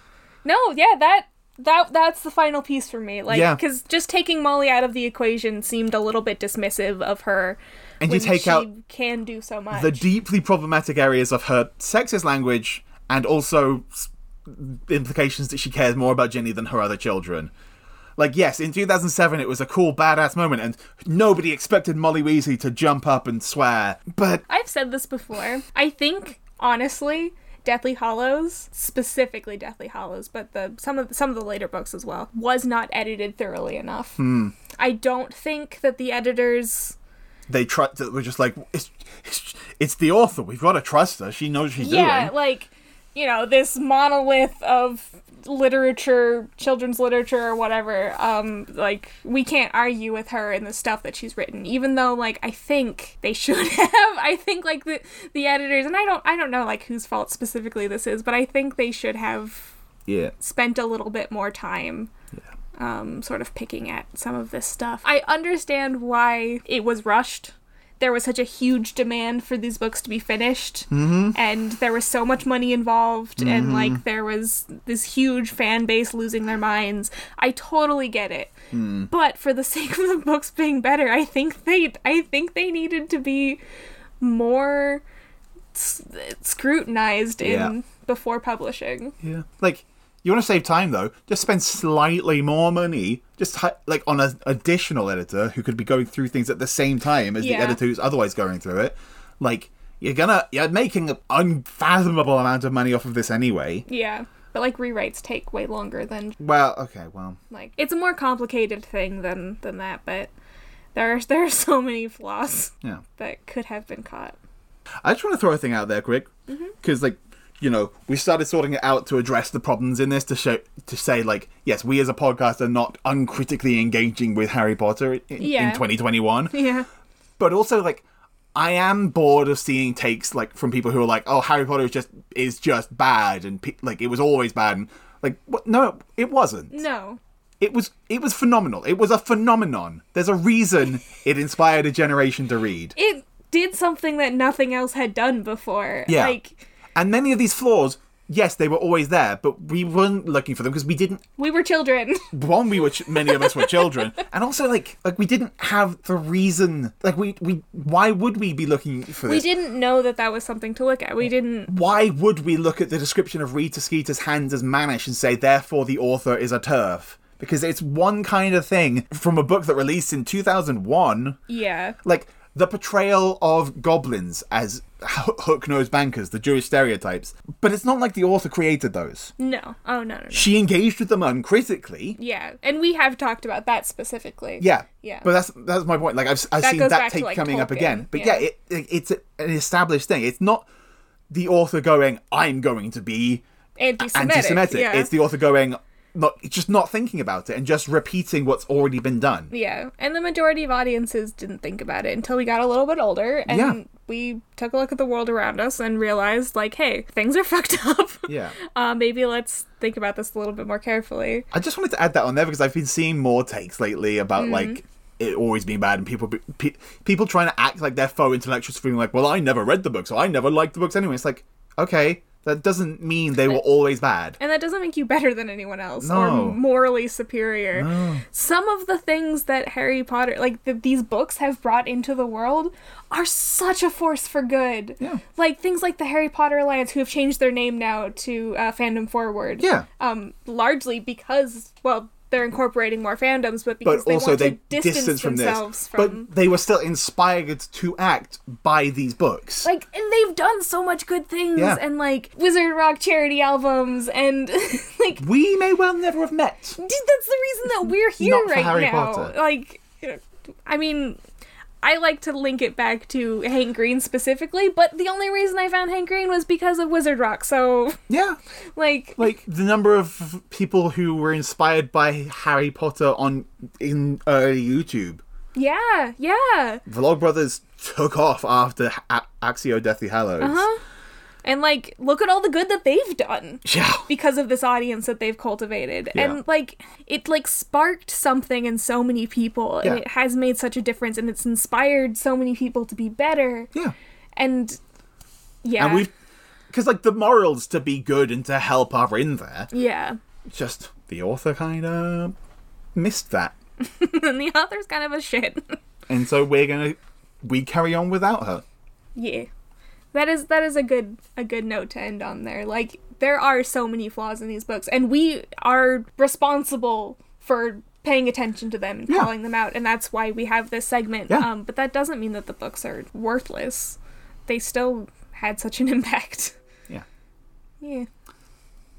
S2: No, yeah, that that that's the final piece for me. Like
S1: Yeah.
S2: cuz just taking Molly out of the equation seemed a little bit dismissive of her.
S1: And you
S2: when
S1: take
S2: she
S1: out
S2: can do so much.
S1: the deeply problematic areas of her sexist language and also s- implications that she cares more about Ginny than her other children. Like, yes, in 2007, it was a cool, badass moment, and nobody expected Molly Weasley to jump up and swear. But
S2: I've said this before. I think, honestly, Deathly Hollows, specifically Deathly Hollows, but the some of some of the later books as well, was not edited thoroughly enough.
S1: Hmm.
S2: I don't think that the editors
S1: They tried to, were just like, it's, it's, it's the author. We've got to trust her. She knows what she's
S2: yeah,
S1: doing.
S2: like you know, this monolith of literature, children's literature or whatever. Um like we can't argue with her in the stuff that she's written, even though like I think they should have. I think like the the editors and I don't I don't know like whose fault specifically this is, but I think they should have
S1: Yeah.
S2: spent a little bit more time um, sort of picking at some of this stuff. I understand why it was rushed. There was such a huge demand for these books to be finished, and there was so much money involved, and like there was this huge fan base losing their minds. I totally get it, but for the sake of the books being better, I think they, I think they needed to be more s- scrutinized in
S1: Yeah.
S2: before publishing.
S1: Yeah. Like, you want to save time though? Just spend slightly more money, just hi- like on an additional editor who could be going through things at the same time as
S2: Yeah.
S1: the editor who's otherwise going through it. Like, you're gonna you're making an unfathomable amount of money off of this anyway.
S2: Yeah. But like rewrites take way longer than
S1: Well, okay, well,
S2: like it's a more complicated thing than than that, but there are there are so many flaws
S1: yeah.
S2: that could have been caught.
S1: I just want to throw a thing out there quick, because like you know we started sorting it out to address the problems in this to show to say like yes we as a podcast are not uncritically engaging with Harry Potter in,
S2: Yeah.
S1: in 2021,
S2: Yeah.
S1: but also like I am bored of seeing takes like from people who are like oh Harry Potter is just is just bad and pe- like it was always bad and like what? no it wasn't
S2: No.
S1: it was it was phenomenal it was a phenomenon there's a reason it inspired a generation to read
S2: It did something that nothing else had done before.
S1: Yeah.
S2: Like
S1: And many of these flaws, yes, they were always there, but we weren't looking for them because we didn't.
S2: we were children.
S1: One, we were ch- many of us were children, and also like like we didn't have the reason. Like we we why would we be looking for
S2: we
S1: this?
S2: didn't know that that was something to look at. We didn't
S1: Why would we look at the description of Rita Skeeter's hands as mannish and say therefore the author is a turf? Because it's one kind of thing from a book that released in two thousand one
S2: Yeah.
S1: like the portrayal of goblins as hook nosed bankers, the Jewish stereotypes. But it's not like the author created those.
S2: No. Oh no no no.
S1: She engaged with them uncritically.
S2: Yeah. And we have talked about that specifically.
S1: Yeah,
S2: Yeah.
S1: But that's that's my point. Like I've, I've
S2: That
S1: seen
S2: goes
S1: that
S2: back to,
S1: take
S2: like,
S1: coming up
S2: Tolkien,
S1: again. But
S2: yeah.
S1: yeah, it, it it's a, an established thing. It's not the author going, "I'm going to be
S2: Anti-Semitic.
S1: anti-Semitic."
S2: Yeah.
S1: It's the author going, not just not thinking about it and just repeating what's already been done.
S2: Yeah, and the majority of audiences didn't think about it until we got a little bit older and
S1: Yeah.
S2: we took a look at the world around us and realized, like, hey, things are fucked up.
S1: Yeah.
S2: Uh, maybe let's think about this a little bit more carefully.
S1: I just wanted to add that on there because I've been seeing more takes lately
S2: Mm-hmm.
S1: about like it always being bad and people be- pe- people trying to act like they're faux intellectuals, feeling like, "Well, I never read the books, so I never liked the books anyway." It's like, okay, that doesn't mean they were always bad.
S2: And that doesn't make you better than anyone else
S1: No.
S2: or morally superior. Some of the things that Harry Potter, like the, these books, have brought into the world are such a force for good.
S1: Yeah.
S2: Like things like the Harry Potter Alliance, who have changed their name now to uh, Fandom Forward.
S1: Yeah.
S2: Um, largely because, well, they're incorporating more fandoms, but because
S1: but
S2: they
S1: also
S2: want
S1: they
S2: to distance,
S1: distance from
S2: themselves
S1: this.
S2: from.
S1: But they were still inspired to act by these books.
S2: like and they've done so much good things
S1: Yeah.
S2: and like Wizard Rock charity albums and like
S1: we may well never have met.
S2: Dude, that's the reason that we're here
S1: Not for
S2: right
S1: Harry
S2: now.
S1: Potter.
S2: Like, you know, I mean, I like to link it back to Hank Green specifically, but the only reason I found Hank Green was because of Wizard Rock. So,
S1: Yeah,
S2: like,
S1: like the number of people who were inspired by Harry Potter on in early YouTube.
S2: yeah, yeah,
S1: Vlogbrothers took off after A- Axio Deathly Hallows.
S2: huh? And like, look at all the good that they've done.
S1: Yeah.
S2: because of this audience that they've cultivated
S1: Yeah.
S2: and like it like sparked something in so many people and
S1: Yeah.
S2: it has made such a difference and it's inspired so many people to be better
S1: Yeah.
S2: and yeah
S1: And we've. Because, like, the morals to be good and to help are in there.
S2: yeah
S1: Just the author kind of missed that.
S2: and the author's kind of a shit.
S1: And so we're going to. We carry on without her.
S2: yeah. That is that is a good a good note to end on there. Like there are so many flaws in these books and we are responsible for paying attention to them and
S1: Yeah.
S2: calling them out and that's why we have this segment.
S1: Yeah.
S2: Um but that doesn't mean that the books are worthless. They still had such an impact.
S1: Yeah.
S2: Yeah.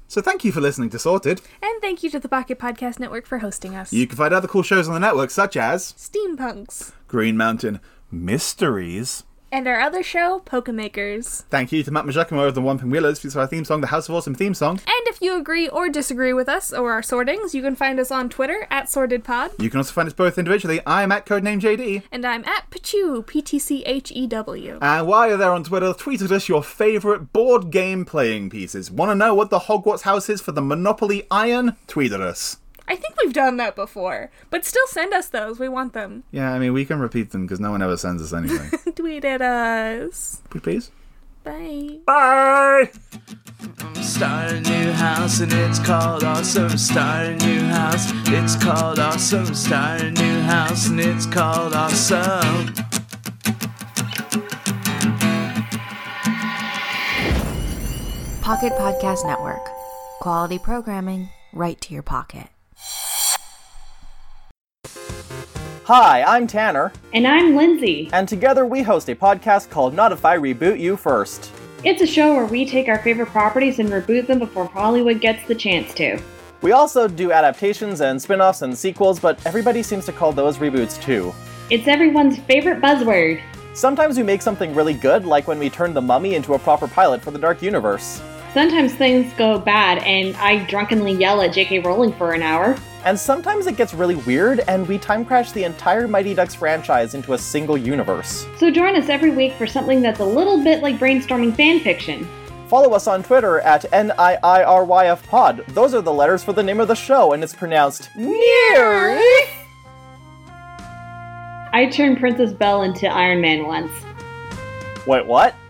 S1: So thank you for listening to Sorted.
S2: And thank you to the Pocket Podcast Network for hosting us.
S1: You can find other cool shows on the network, such as
S2: Steampunks.
S1: Green Mountain Mysteries.
S2: And our other show, Pokemakers.
S1: Thank you to Matt Majakumo of the One Pin Wheelers for our theme song, the House of Awesome theme song.
S2: And if you agree or disagree with us or our sortings, you can find us on Twitter at SortedPod.
S1: You can also find us both individually. I am at Codename JD.
S2: And I'm at Pachew, P T C H E W.
S1: And while you're there on Twitter, tweet at us your favourite board game playing pieces. Want to know what the Hogwarts house is for the Monopoly Iron? Tweet at us.
S2: I think we've done that before, but still send us those. We want them.
S1: Yeah, I mean, we can repeat them because no one ever sends us anything.
S2: Tweet at us.
S1: Please?
S2: Bye.
S1: Bye!
S3: I'm starting a new house and it's called awesome. Starting a new house, it's called awesome. Starting a new house and it's called awesome.
S4: Pocket Podcast Network. Quality programming right to your pocket.
S5: Hi, I'm Tanner,
S6: And I'm Lindsay.
S5: and together we host a podcast called Not If I Reboot You First.
S6: It's a show where we take our favorite properties and reboot them before Hollywood gets the chance to.
S5: We also do adaptations and spin offs and sequels, but everybody seems to call those reboots too.
S6: It's everyone's favorite buzzword.
S5: Sometimes we make something really good, like when we turned The Mummy into a proper pilot for the Dark Universe.
S6: Sometimes things go bad, and I drunkenly yell at J.K. Rowling for an hour.
S5: And sometimes it gets really weird, and we time crash the entire Mighty Ducks franchise into a single universe.
S6: So join us every week for something that's a little bit like brainstorming fan fiction.
S5: Follow us on Twitter at NIIRYF Pod. Those are the letters for the name of the show, and it's pronounced Near.
S6: I turned Princess Belle into Iron Man once.
S5: Wait, what?